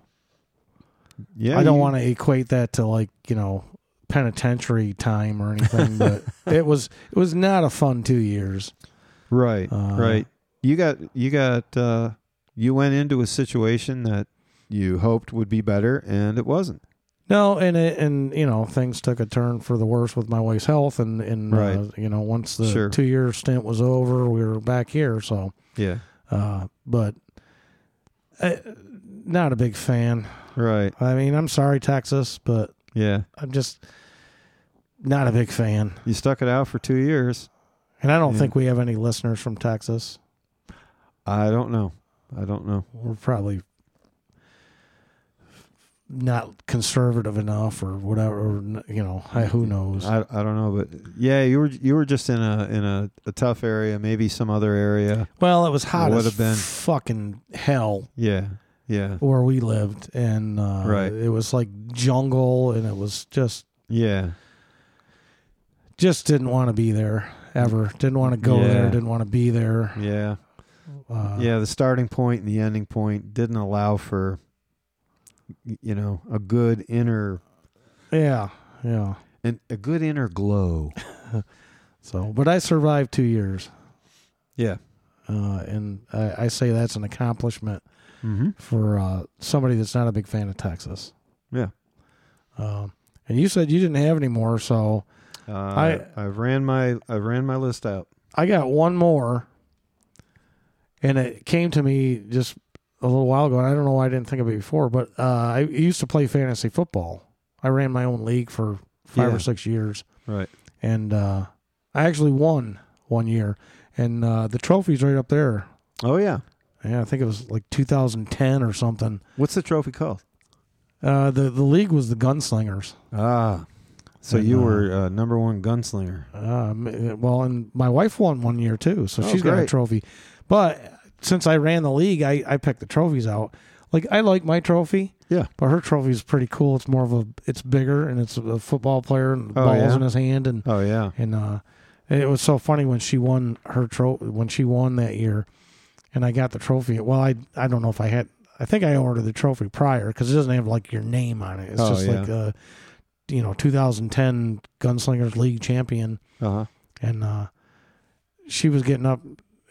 B: Yeah.
A: I don't want to equate that to like, you know, penitentiary time or anything, but it was it was not a fun 2 years.
B: to. Right.
A: Uh,
B: right. You got, you got, uh, you went into a situation that you hoped would be better and it wasn't.
A: No, and it, and you know, things took a turn for the worse with my wife's health and and uh,
B: Right.
A: you know, once the
B: Sure.
A: 2-year stint was over, we were back here, so
B: Yeah.
A: uh but uh, not a big fan.
B: Right.
A: I mean, I'm sorry, Texas, but
B: Yeah.
A: I'm just not a big fan.
B: You stuck it out for two years.
A: And I don't
B: Yeah.
A: think we have any listeners from Texas.
B: I don't know. I don't know.
A: We're probably not conservative enough or whatever. Or, you know, I, who knows?
B: I, I don't know, but yeah, you were you were just in a in a, a tough area, maybe some other area.
A: well, it was hot
B: Would
A: as
B: have been.
A: fucking hell
B: Yeah, yeah,
A: where we lived, and uh,
B: Right.
A: it was like jungle, and it was just
B: yeah.
A: just didn't want to be there ever. Didn't want to go
B: Yeah.
A: there. Didn't want to be there.
B: Yeah.
A: Uh,
B: yeah, the starting point and the ending point didn't allow for y- you know, a good inner
A: yeah, yeah.
B: and a good inner glow.
A: So, but I survived two years,
B: Yeah.
A: uh, and I, I say that's an accomplishment
B: Mhm.
A: for uh, somebody that's not a big fan of Texas.
B: Yeah.
A: Um, and you said you didn't have any more, so
B: Uh, I I ran my I ran my list out.
A: I got one more, and it came to me just a little while ago. And I don't know why I didn't think of it before, but uh, I used to play fantasy football. I ran my own league for five
B: Yeah.
A: or six years,
B: Right.
A: and uh, I actually won one year. And uh, the trophy's right up there.
B: Oh yeah.
A: Yeah, I think it was like 2010 or something.
B: What's the trophy called?
A: Uh, the the league was the Gunslingers.
B: Ah. So
A: And,
B: you
A: uh,
B: were uh, number one gunslinger.
A: Um, well, and my wife won one year too, so
B: Oh,
A: she's got a
B: great.
A: trophy. But since I ran the league, I, I picked the trophies out. Like I like my trophy,
B: Yeah.
A: but her trophy is pretty cool. It's more of a, it's bigger and it's a football player and
B: Oh,
A: balls
B: yeah?
A: in his hand and
B: Oh yeah.
A: and uh, it was so funny when she won her trophy when she won that year, and I got the trophy. Well, I I don't know if I had. I think I ordered the trophy prior because it doesn't have like your name on it. It's
B: Oh,
A: just
B: yeah.
A: like uh, you know, 2010 Gunslingers League champion
B: Uh-huh.
A: and uh, she was getting up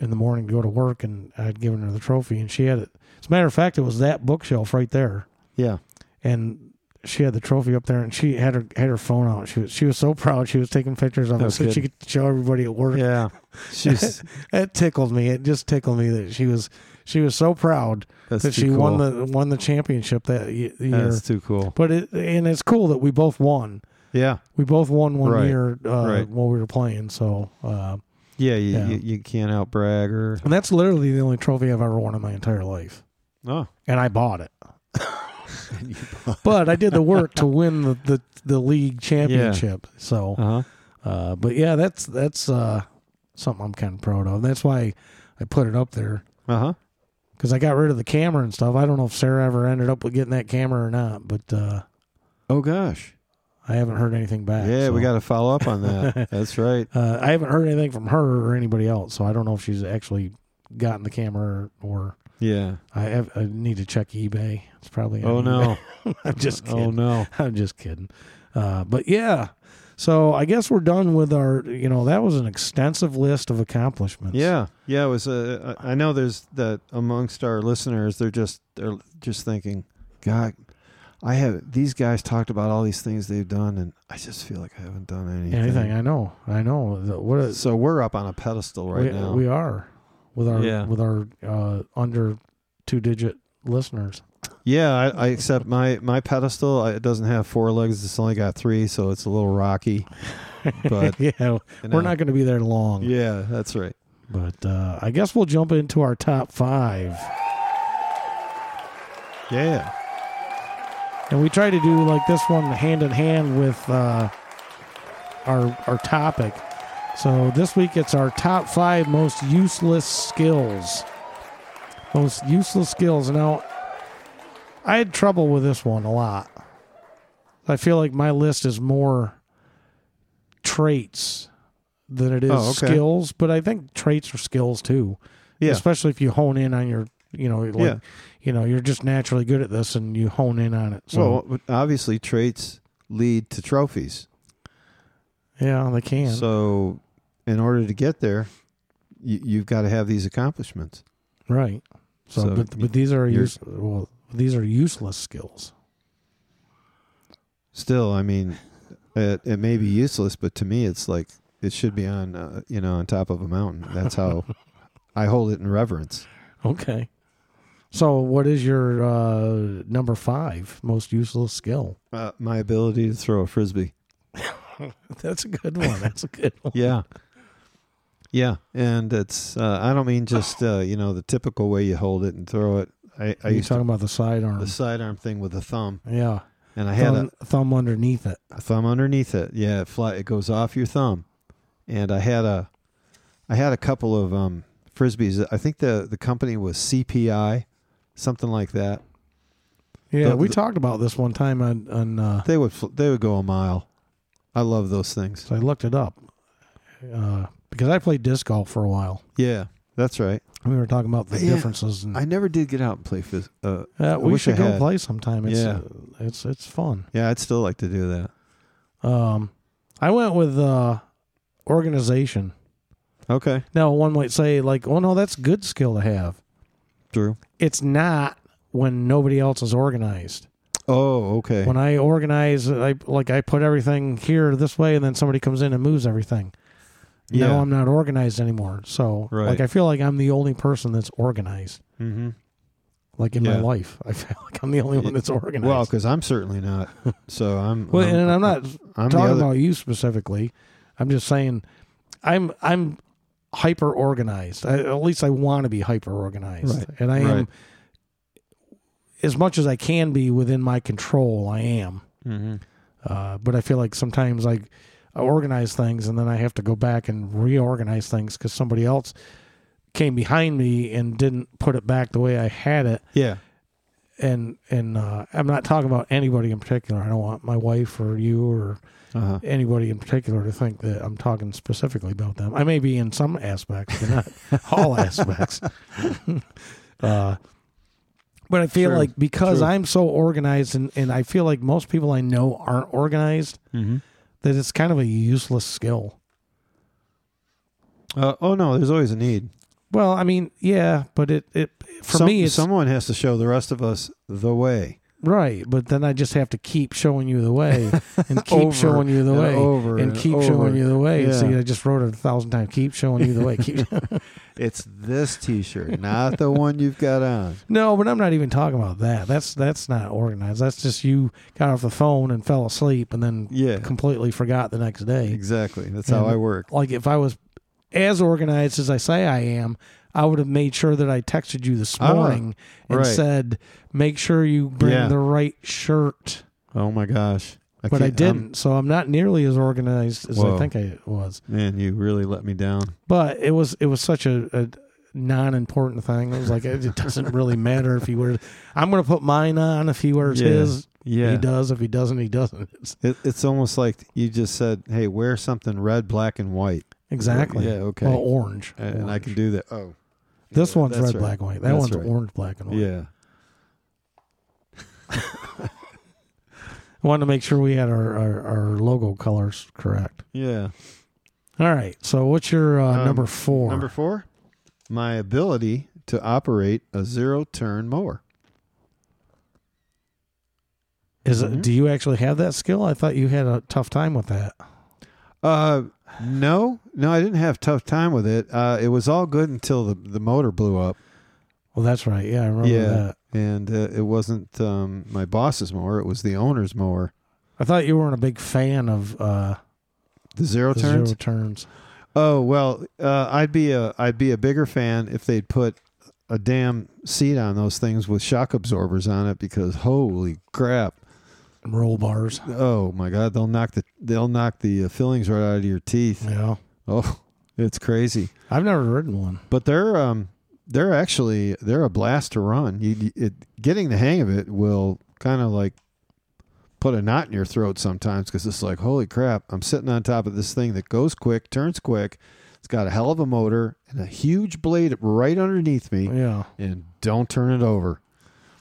A: in the morning to go to work, and I'd given her the trophy, and she had it. As a matter of fact, it was that bookshelf right there,
B: Yeah.
A: and she had the trophy up there, and she had her had her phone out. She was she was so proud. She was taking pictures of
B: No
A: it so she
B: kidding.
A: could show everybody at work.
B: Yeah. She's
A: It tickled me. It just tickled me that she was she was so proud
B: that's
A: that
B: too
A: she
B: cool.
A: won the won the championship that y- year.
B: That's too cool.
A: but it and it's cool that we both won.
B: Yeah.
A: We both won one
B: Right.
A: year uh,
B: Right.
A: while we were playing. So. Uh,
B: Yeah, you,
A: Yeah.
B: You, you can't out brag or
A: And that's literally the only trophy I've ever won in my entire life.
B: oh.
A: And I bought it. But I did the work to win the, the, the league championship. So,
B: Uh-huh.
A: uh, but yeah, that's that's uh, something I'm kind of proud of. That's why I put it up there
B: Uh-huh.
A: because I got rid of the camera and stuff. I don't know if Sarah ever ended up with getting that camera or not, but uh,
B: Oh gosh.
A: I haven't heard anything back.
B: Yeah, we
A: so.
B: got to follow up on that. That's right.
A: Uh, I haven't heard anything from her or anybody else, so I don't know if she's actually gotten the camera or.
B: Yeah.
A: I, have, I need to check eBay. It's probably on
B: Oh no.
A: eBay. I'm just kidding.
B: Oh no.
A: I'm just kidding. Uh, but yeah, so I guess we're done with our. You know, that was an extensive list of accomplishments.
B: Yeah. Yeah, it was uh, I I know there's that amongst our listeners they're just they're just thinking, God, I have these guys talked about all these things they've done and I just feel like I haven't done anything.
A: anything. I know. I know. The- What is
B: So we're up on a pedestal right
A: we,
B: now.
A: we are with our
B: Yeah.
A: with our uh, under two digit listeners.
B: Yeah, I, I accept my my pedestal. I, it doesn't have four legs. It's only got three, so it's a little rocky. But
A: yeah,
B: you know.
A: we're not going to be there long.
B: Yeah, that's right.
A: But uh, I guess we'll jump into our top five.
B: Yeah.
A: And we try to do like this one hand in hand with uh, our our topic. So this week it's our top five most useless skills. Most useless skills. Now, I had trouble with this one a lot. I feel like my list is more traits than it is
B: Oh, okay.
A: skills, but I think traits are skills too.
B: Yeah.
A: Especially if you hone in on your, you know, like,
B: Yeah.
A: you know, you're just naturally good at this and you hone in on it. So
B: well, obviously traits lead to trophies.
A: yeah, they can.
B: So, in order to get there, you, you've got to have these accomplishments.
A: right. So,
B: So
A: but but these are
B: you're-
A: use, well, these are useless skills.
B: Still, I mean, it, it may be useless, but to me, it's like it should be on uh, you know on top of a mountain. That's how I hold it in reverence.
A: Okay. So what is your uh, number five most useless skill?
B: Uh, my ability to throw a frisbee.
A: That's a good one. That's a good one.
B: Yeah. Yeah, and it's uh, I don't mean just uh, you know the typical way you hold it and throw it. I, I
A: Are you
B: used to-
A: talking about the sidearm?
B: the sidearm thing with a thumb,
A: yeah,
B: and I had
A: thumb,
B: a,
A: thumb underneath it.
B: a thumb underneath it. Yeah, it fly it goes off your thumb. And I had a I had a couple of um frisbees. I think the the company was CPI, something like that.
A: Yeah,
B: The-
A: we
B: the-
A: talked about this one time on on. Uh,
B: They would fl- they would go a mile. I love those things.
A: so I looked it up uh, because I played disc golf for a while.
B: Yeah, that's right.
A: We were talking about the
B: Yeah.
A: differences. And,
B: I never did get out and play phys- uh
A: uh, we
B: wish
A: should
B: I
A: go
B: had.
A: play sometime. It's, uh, it's it's fun.
B: yeah, I'd still like to do that.
A: Um, I went with uh, organization.
B: Okay,
A: Now, one might say, like, "Oh no, that's good skill to have."
B: Drew.
A: It's not when nobody else is organized.
B: Oh, okay.
A: When I organize, I like I put everything here this way, and then somebody comes in and moves everything.
B: yeah.
A: Now I'm not organized anymore. So,
B: Right.
A: like, I feel like I'm the only person that's organized.
B: mm-hmm.
A: Like in my
B: Yeah.
A: life, I feel like I'm the only one that's organized.
B: Well, because I'm certainly not. So I'm.
A: Well, and I'm not
B: I'm the
A: talking
B: other.
A: about you specifically. I'm just saying, I'm I'm hyper organized. I, at least I want to be hyper organized,
B: Right.
A: and I am
B: Right.
A: as much as I can be within my control. I am,
B: mm-hmm.
A: uh, but I feel like sometimes I organize things and then I have to go back and reorganize things because somebody else came behind me and didn't put it back the way I had it
B: Yeah.
A: and and uh, I'm not talking about anybody in particular. I don't want my wife or you or
B: Uh-huh.
A: anybody in particular to think that I'm talking specifically about them. I may be in some aspects, but not all aspects. uh, but I feel
B: True.
A: like because
B: True.
A: I'm so organized, and, and I feel like most people I know aren't organized,
B: Mm-hmm.
A: that it's kind of a useless skill.
B: Uh, oh no, there's always a need.
A: Well, I mean, yeah, but it it for
B: Some-
A: me it's
B: someone has to show the rest of us the way.
A: right. But then I just have to keep showing you the way and keep
B: Over
A: showing you the
B: and
A: way.
B: over
A: and keep showing
B: over.
A: you the way.
B: Yeah.
A: See, I just wrote it a thousand times. Keep showing you the way. Keep.
B: It's this T-shirt, not the one you've got on.
A: no, but I'm not even talking about that. That's that's not organized. That's just you got off the phone and fell asleep and then
B: Yeah,
A: completely forgot the next day.
B: exactly. That's
A: And-
B: how I work.
A: Like if I was as organized as I say I am, I would have made sure that I texted you this
B: Ah,
A: morning and
B: right.
A: said, "Make sure you bring
B: Yeah.
A: the right shirt."
B: Oh my gosh!
A: but I
B: can't- I'm-
A: didn't, so I'm not nearly as organized as I
B: Whoa.
A: think I was.
B: man, you really let me down.
A: but it was it was such a, a non-important thing. It was like it, it doesn't really matter if he wears. I'm going to put mine on if he wears
B: Yeah.
A: his. He
B: Yeah,
A: does. If he doesn't, he doesn't. It's,
B: it, it's almost like you just said, "Hey, wear something red, black, and white."
A: exactly.
B: Yeah. Okay.
A: Well, orange.
B: and, and I
A: Orange.
B: can do that. Oh,
A: This
B: Yeah,
A: one's
B: that's
A: red,
B: right.
A: black, and white. That
B: That's
A: one's
B: right.
A: orange, black, and white.
B: Yeah.
A: I wanted to make sure we had our, our, our logo colors correct.
B: Yeah.
A: All right. So what's your uh,
B: Um,
A: number four?
B: Number four, my ability to operate a zero-turn mower.
A: Is it,
B: Mhm.
A: do you actually have that skill? I thought you had a tough time with that.
B: Uh, no, no, I didn't have a tough time with it. Uh, it was all good until the the motor blew up,
A: Well, that's right. Yeah, I remember
B: Yeah.
A: that.
B: and uh, it wasn't um my boss's mower. It was the owner's mower.
A: I thought you weren't a big fan of uh,
B: The zero
A: the
B: turns.
A: zero turns.
B: Oh well, uh, I'd be a I'd be a bigger fan if they'd put a damn seat on those things with shock absorbers on it because holy crap!
A: roll bars.
B: Oh my god, they'll knock the they'll knock the uh, fillings right out of your teeth.
A: Yeah.
B: Oh, it's crazy.
A: I've never ridden one.
B: but they're um they're actually they're a blast to run. You, you- it, getting the hang of it will kind of like put a knot in your throat sometimes because it's like holy crap, I'm sitting on top of this thing that goes quick, turns quick. It's got a hell of a motor and a huge blade right underneath me,
A: Yeah.
B: and don't turn it over.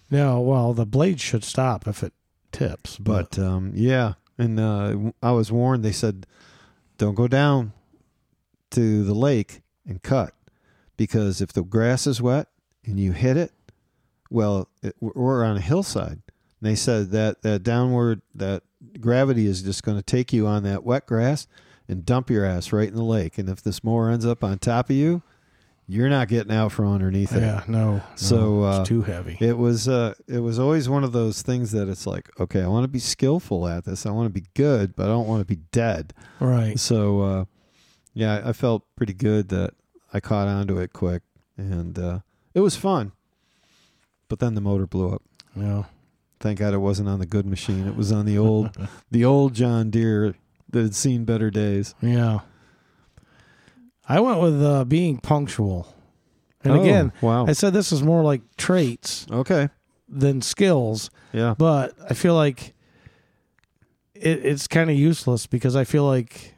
A: No, well, the blade should stop if it tips.
B: But um, yeah, and uh, I was warned. They said, "Don't go down to the lake and cut, because if the grass is wet and you hit it, well, it, we're on a hillside." And they said that that downward that gravity is just going to take you on that wet grass and dump your ass right in the lake. And if this mower ends up on top of you, you're not getting out from underneath it.
A: yeah, no. no,
B: So, uh,
A: it's too heavy.
B: It was uh, it was always one of those things that it's like, okay, I want to be skillful at this. I want to be good, but I don't want to be dead.
A: right.
B: So uh, yeah, I felt pretty good that I caught onto it quick, and uh, it was fun. But then the motor blew up.
A: Yeah.
B: Thank God it wasn't on the good machine. It was on the old, the old John Deere that had seen better days.
A: Yeah. I went with uh, being punctual. And
B: Oh,
A: again,
B: wow.
A: I said this is more like traits
B: Okay.
A: than skills,
B: Yeah.
A: but I feel like it, it's kind of useless because I feel like,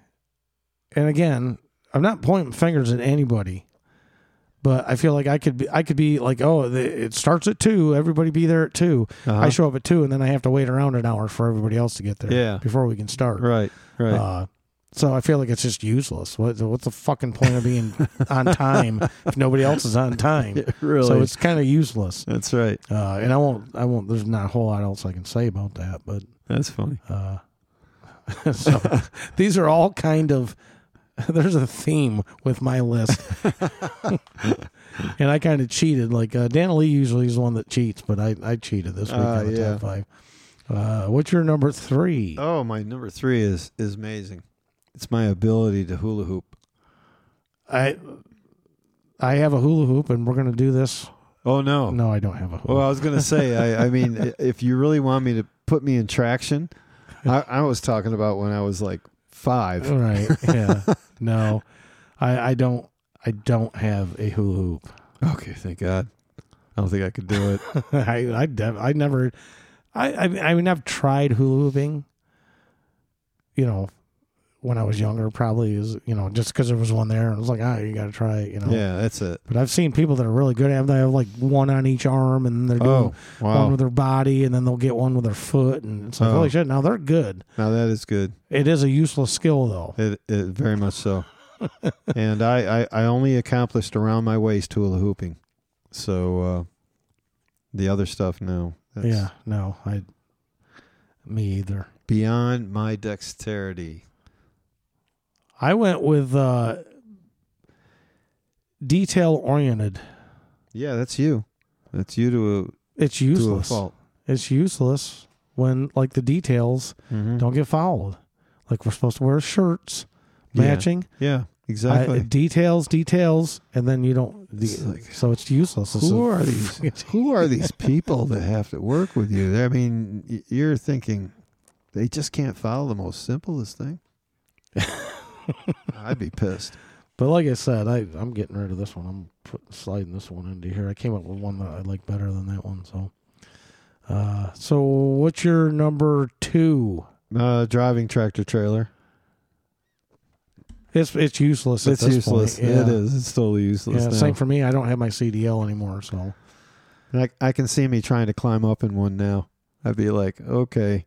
A: and again, I'm not pointing fingers at anybody, but I feel like I could be, I could be like, oh, the, it starts at two. Everybody be there at 2
B: Uh-huh.
A: I show up at two, and then I have to wait around an hour for everybody else to get there
B: Yeah.
A: before we can start.
B: Right. Right.
A: Uh, so I feel like it's just useless. What, what's the fucking point of being on time if nobody else is on time?
B: really.
A: So it's kind of useless.
B: That's right.
A: Uh, and I won't, I won't, there's not a whole lot else I can say about that, but,
B: That's funny.
A: uh, so these are all kind of, there's a theme with my list. and I kind of cheated. Like, uh, Dan Lee usually is the one that cheats, but I, I cheated this week
B: Ah,
A: on the
B: yeah.
A: top five. Uh, what's your number three?
B: Oh, my number three is is amazing. It's my ability to hula hoop.
A: I, I have a hula hoop and we're going to do this
B: Oh no.
A: No, I don't have a
B: Well,
A: hula.
B: I was gonna say. I, I mean, i- if you really want me to put me in traction, I, I was talking about when I was like five.
A: All right. Yeah. no, I, I don't. I don't have a hula hoop.
B: Okay, thank God. I don't think I could do it.
A: I I, dev- I never. I, I mean- I mean I've tried hula hooping. You know, when I was younger, probably is you know just because there was one there, and I was like, ah, you got to try it. You know.
B: yeah, that's it.
A: But I've seen people that are really good at them. They have like one on each arm, and they're doing
B: Oh,
A: one
B: wow.
A: with their body, and then they'll get one with their foot, and it's like,
B: Oh.
A: holy shit! Now they're good.
B: Now that is good.
A: It is a useless skill though.
B: It, it very much so. and I, I, I only accomplished around my waist hula hooping. So uh, the other stuff, no. That's
A: yeah. No, I. Me either.
B: Beyond my dexterity.
A: I went with uh, detail oriented.
B: Yeah, that's you. That's you to
A: It's
B: a, to a
A: useless.
B: fault.
A: It's useless when like the details
B: Mhm.
A: don't get followed. Like we're supposed to wear shirts
B: Yeah.
A: matching
B: Yeah,
A: I-
B: exactly.
A: details, details, and then you don't.
B: It's like-
A: so it's useless. It's
B: who
A: a-
B: are these? who are these people that have to work with you? I mean, y- you're thinking they just can't follow the most simplest thing. I'd be pissed.
A: But like I said, I I'm getting rid of this one. I'm putting sliding this one into here. I came up with one that I like better than that one. So, uh, so what's your number two?
B: Uh, driving tractor trailer.
A: It's it's useless. At
B: it's
A: this
B: useless.
A: Point. Yeah.
B: It is. It's totally useless.
A: Yeah,
B: now.
A: same for me. I don't have my CDL anymore, so
B: And I, I can see me trying to climb up in one now. I'd be like, okay,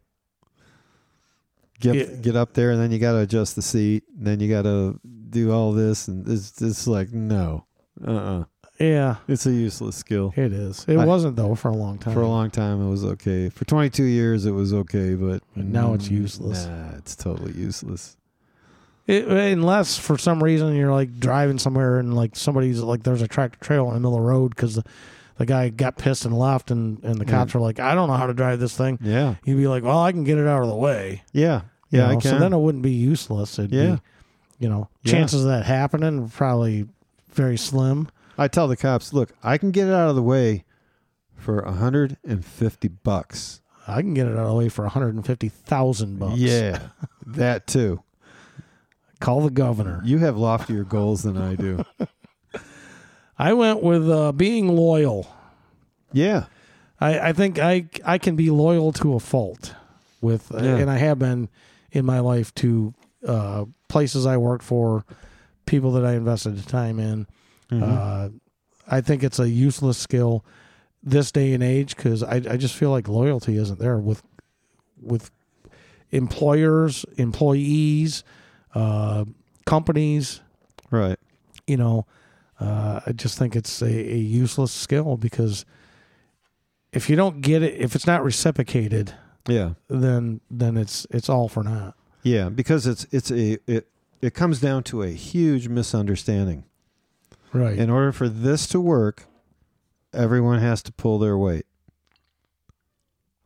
B: get
A: Yeah.
B: get up there, and then you got to adjust the seat, and then you got to do all this, and it's it's like no, uh, uh
A: yeah,
B: it's a useless skill.
A: it is. It
B: I-
A: wasn't though for a long time.
B: For a long time, it was okay. For 22 years, it was okay, but Mm,
A: And now it's useless.
B: Nah, it's totally useless.
A: It- unless for some reason you're like driving somewhere and like somebody's like there's a tractor trailer in the middle of the road because the, the guy got pissed and left, and and the
B: Yeah.
A: cops are like, I don't know how to drive this thing.
B: Yeah,
A: You'd be like, well, I can get it out of the way.
B: yeah,
A: you
B: yeah. I
A: know?
B: can.
A: So then it wouldn't be useless. It'd
B: Yeah.
A: be, you know,
B: Yeah.
A: chances of that happening were probably very slim.
B: I tell the cops, look, I can get it out of the way for 150 bucks.
A: I can get it out of the way for 150,000 bucks.
B: Yeah, that too.
A: Call the governor.
B: You have loftier goals than I do.
A: I went with uh, being loyal.
B: Yeah,
A: I, I think I I can be loyal to a fault with, uh,
B: Yeah.
A: and I have been in my life to uh, places I worked for, people that I invested the time in.
B: Mm-hmm.
A: Uh, I think it's a useless skill this day and age because I I just feel like loyalty isn't there with with employers, employees, uh, companies
B: right.
A: you know, uh, I just think it's a, a useless skill because if you don't get it, if it's not reciprocated,
B: Yeah,
A: then then it's it's all for naught.
B: yeah. Because it's it's a it it comes down to a huge misunderstanding.
A: Right.
B: In order for this to work, everyone has to pull their weight.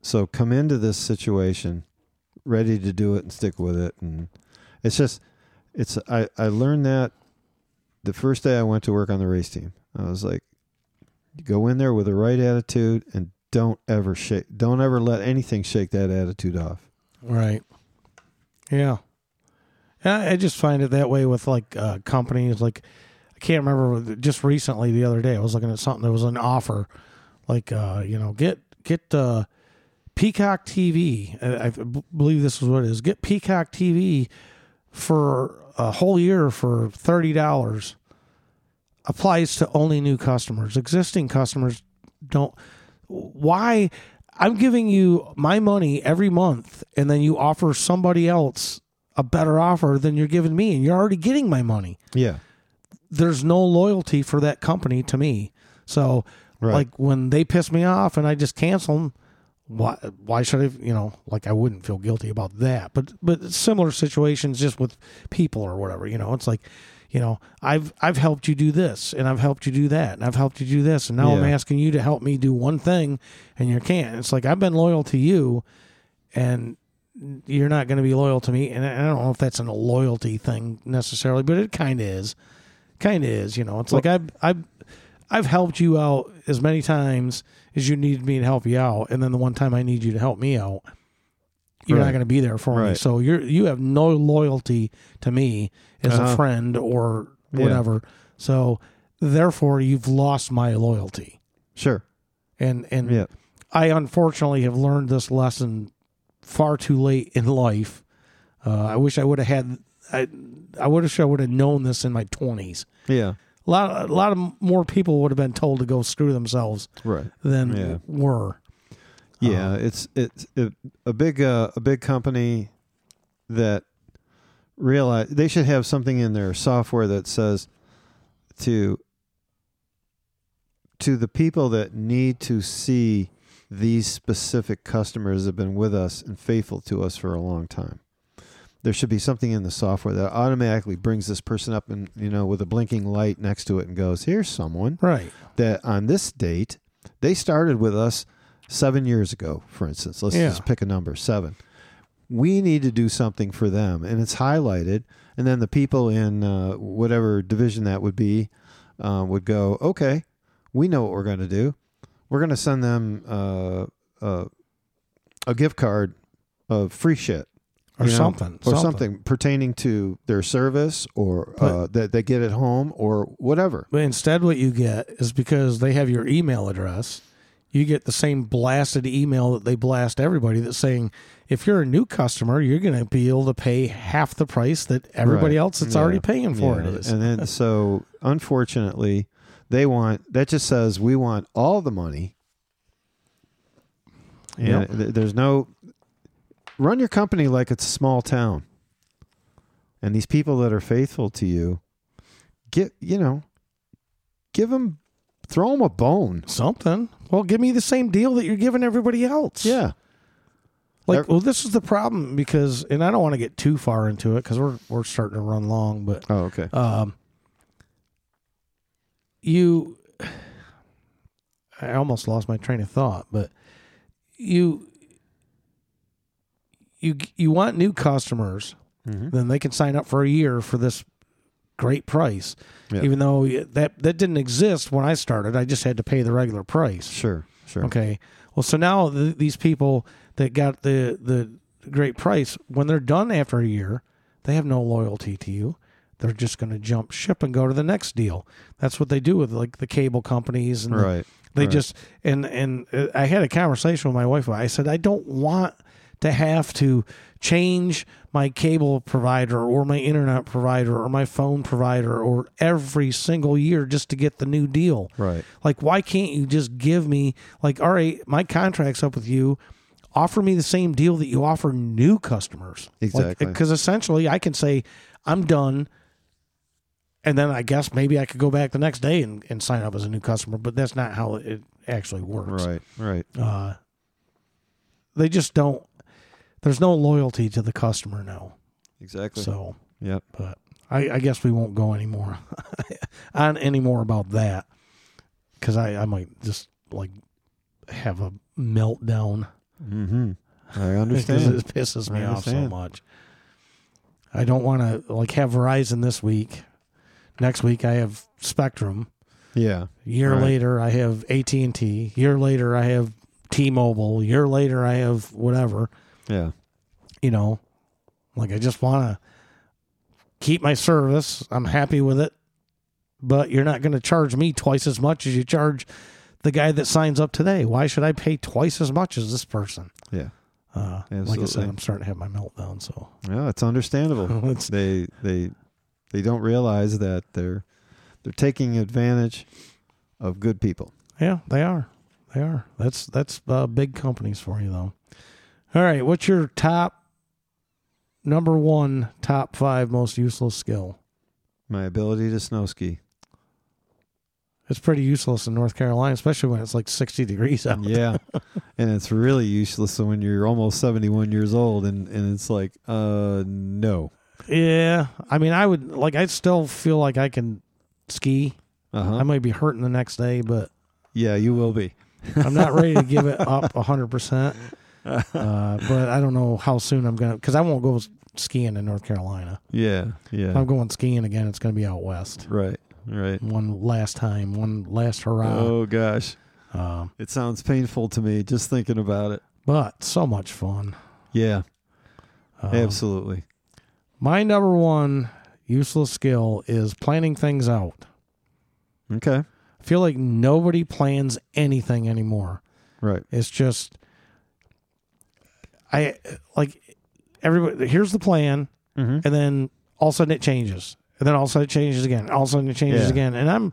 B: So come into this situation ready to do it and stick with it. And it's just, it's, I, I learned that the first day I went to work on the race team. I was like, You go in there with the right attitude and don't ever shake don't ever let anything shake that attitude off.
A: Right. Yeah. Yeah, I just find it that way with like uh, companies. Like, I can't remember just recently the other day I was looking at something that was an offer, like uh, you know, get get uh, Peacock TV. I, I b- believe this is what it is. Get Peacock TV for a whole year for thirty dollars. Applies to only new customers. Existing customers don't. Why? I'm giving you my money every month, and then you offer somebody else a better offer than you're giving me, and you're already getting my money.
B: Yeah.
A: There's no loyalty for that company to me. So,
B: Right.
A: like when they piss me off and I just cancel them, why? Why should I? You know, like I wouldn't feel guilty about that. But but similar situations, just with people or whatever. You know, it's like, you know, I've I've helped you do this, and I've helped you do that, and I've helped you do this, and now I'm
B: Yeah.
A: asking you to help me do one thing, and you can't. It's like I've been loyal to you, and you're not going to be loyal to me. And I I don't know if that's a loyalty thing necessarily, but it kind of is. Kind of is, you know. It's like I've I've I've helped you out as many times as you needed me to help you out, and then the one time I need you to help me out, you're not
B: Right.
A: going to be there for me.
B: Right.
A: So you're you have no loyalty to me as
B: Uh-huh.
A: a friend or
B: Yeah.
A: whatever. So therefore, you've lost my loyalty.
B: Sure.
A: And and
B: Yeah.
A: I unfortunately have learned this lesson far too late in life. Uh, I wish I would have had. I I would have I would have known this in my twenties.
B: Yeah.
A: A lot a lot of more people would have been told to go screw themselves
B: Right.
A: than
B: Yeah.
A: were. Uh,
B: Yeah,
A: Um,
B: it's it's it, a big uh, a big company that realize they should have something in their software that says to to the people that need to see these specific customers have been with us and faithful to us for a long time. There should be something in the software that automatically brings this person up and you know with a blinking light next to it and goes, "Here's someone."
A: Right.
B: that on this date they started with us seven years ago for instance let's
A: Yeah.
B: just pick a number seven we need to do something for them and it's highlighted and then the people in uh, whatever division that would be uh, would go okay we know what we're going to do we're going to send them uh, uh, a gift card of free shit
A: Or
B: you know,
A: something.
B: or something. pertaining to their service or uh, that they get at home or whatever
A: But instead, what you get is because they have your email address, you get the same blasted email that they blast everybody that's saying, if you're a new customer, you're going to be able to pay half the price that everybody
B: Right.
A: else that's
B: Yeah.
A: already paying for
B: Yeah,
A: it is.
B: And then so unfortunately, they want that just says we want all the money. Yeah,
A: Yep.
B: th- there's no run your company like it's a small town. And these people that are faithful to you, get you know, give them throw them a bone.
A: Something. Well, give me the same deal that you're giving everybody else.
B: Yeah.
A: Like,
B: Ev-
A: well, this is the problem because, and I don't want to get too far into it because we're we're starting to run long, but
B: Oh, okay.
A: um, you i almost lost my train of thought but you you you want new customers
B: Mhm.
A: then they can sign up for a year for this great price
B: Yeah.
A: even though that that didn't exist when i started i just had to pay the regular price
B: Sure. Sure.
A: Okay. Well, so now th- these people that got the the great price, when they're done after a year, they have no loyalty to you. They're just going to jump ship and go to the next deal. That's what they do with like the cable companies and the-
B: Right.
A: they
B: right.
A: just and and uh, I had a conversation with my wife. I said I don't want to have to change my cable provider or my internet provider or my phone provider or every single year just to get the new deal.
B: Right.
A: Like, why can't you just give me, like, all right, my contract's up with you. Offer me the same deal that you offer new customers.
B: Exactly.
A: Because essentially, I can say, I'm done. And then I guess maybe I could go back the next day and, and sign up as a new customer, but that's not how it actually works.
B: Right. Right.
A: Uh, they just don't, there's no loyalty to the customer now.
B: Exactly.
A: So,
B: Yep.
A: but I, I guess we won't go anymore on any more about that because I, I might just like have a meltdown
B: Mhm. I
A: because
B: understand.
A: it pisses me
B: I
A: off so
B: understand.
A: much. I don't want to like have Verizon this week. Next week I have Spectrum.
B: Yeah.
A: Year
B: Right.
A: later, I have AT and T. Year later, I have T-Mobile. Year later, I have whatever.
B: Yeah.
A: You know, like I just want to keep my service. I'm happy with it, but you're not going to charge me twice as much as you charge the guy that signs up today. Why should I pay twice as much as this person?
B: Yeah.
A: Uh, like I
B: Absolutely.
A: said, I'm starting to have my meltdown. So
B: Yeah, it's understandable.
A: let's
B: they they they don't realize that they're they're taking advantage of good people.
A: Yeah, they are. They are. That's that's uh, big companies for you though. All right, what's your top number one top five most useless skill?
B: My ability to snow ski.
A: It's pretty useless in North Carolina, especially when it's like sixty degrees out.
B: Yeah. and it's really useless when you're almost 71 years old and and it's like uh no.
A: Yeah, I mean, I would like. I still feel like I can ski.
B: Uh-huh.
A: I might be hurting the next day, but
B: yeah, you will be.
A: I'm not ready to give it up hundred percent. Uh, but I don't know how soon I'm gonna because I won't go skiing in North Carolina.
B: Yeah. Yeah.
A: If I'm going skiing again, it's gonna be out west.
B: right. Right.
A: one last time, one last hurrah.
B: Oh gosh.
A: Um,
B: It sounds painful to me just thinking about it.
A: but so much fun.
B: Yeah, Oh.
A: Um,
B: absolutely.
A: My number one useless skill is planning things out.
B: Okay.
A: I feel like nobody plans anything anymore.
B: Right.
A: It's just, I like everybody. Here's the plan,
B: Mm-hmm.
A: and then all of a sudden it changes, and then all of a sudden it changes again, all of a sudden it changes
B: Yeah.
A: again, and I'm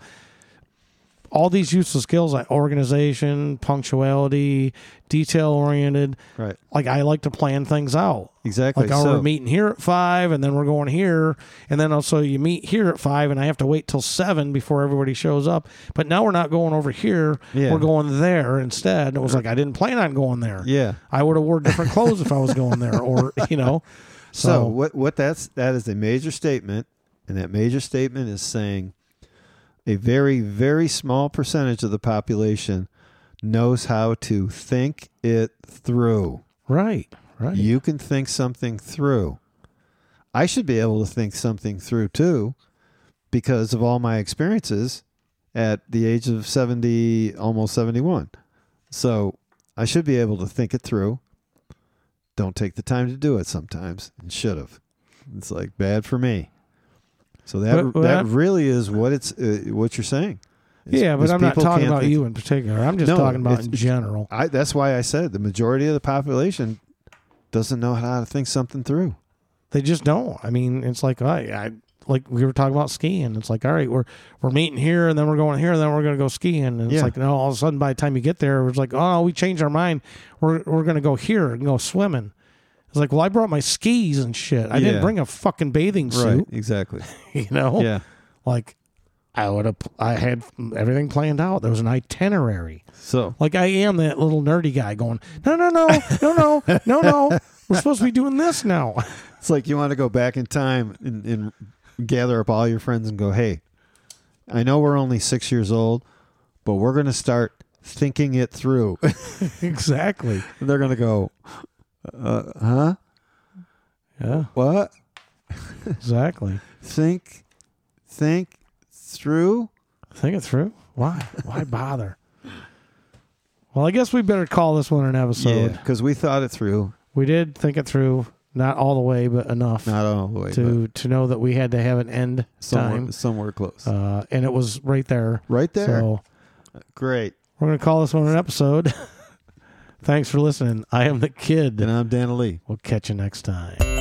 A: all these useless skills like organization, punctuality, detail oriented.
B: Right.
A: like I like to plan things out.
B: Exactly.
A: Like, oh,
B: so,
A: we're meeting here at five, and then we're going here, and then also you meet here at five, and I have to wait till seven before everybody shows up. But now we're not going over here;
B: Yeah.
A: we're going there instead. It was like I didn't plan on going there.
B: yeah.
A: I would have wore different clothes if I was going there, or you know.
B: So,
A: So,
B: what what that's that is a major statement, and that major statement is saying a very very small percentage of the population knows how to think it through.
A: right, right,
B: You can think something through. I should be able to think something through too because of all my experiences at the age of 70, almost 71. So I should be able to think it through. Don't take the time to do it sometimes and should have. It's like bad for me. So that
A: But- but
B: that
A: I'm-
B: really is what it's uh, what you're saying. Is-
A: yeah. But
B: is
A: I'm not
B: people
A: talking
B: can't
A: about
B: think-
A: you in particular. I'm just
B: No,
A: talking about
B: it's-
A: in
B: it's-
A: general.
B: I that's why I said the majority of the population doesn't know how to think something through.
A: they just don't. I mean, it's like I, I like we were talking about skiing. It's like all right, we're we're meeting here, and then we're going here, and then we're going to go skiing. And
B: Yeah.
A: it's like no, all of a sudden by the time you get there, it's like oh, we changed our mind. We're we're going to go here and go swimming. It's like well, I brought my skis and shit. I
B: Yeah.
A: didn't bring a fucking bathing suit.
B: exactly.
A: You know,
B: Yeah.
A: like I would have. I had everything planned out. There was an itinerary.
B: So
A: Like I am that little nerdy guy going no no no no no no no. We're supposed to be doing this now.
B: it's like you want to go back in time and, and gather up all your friends and go, hey, I know we're only six years old, but we're going to start thinking it through.
A: exactly.
B: They're going to go, uh, huh?
A: Yeah.
B: What?
A: Exactly.
B: Think, think through?
A: Think it through. Why? Why bother? well, I guess we better call this one an episode.
B: Because we thought it through,
A: We did think it through, not all the way, but enough
B: not all the way, but
A: to to know that we had to have an end
B: somewhere, somewhere close.
A: time, uh, and it was right there.
B: right there.
A: So
B: Great.
A: we're gonna call this one an episode. Thanks for listening. I am the kid.
B: And I'm Dan Lee.
A: We'll catch you next time.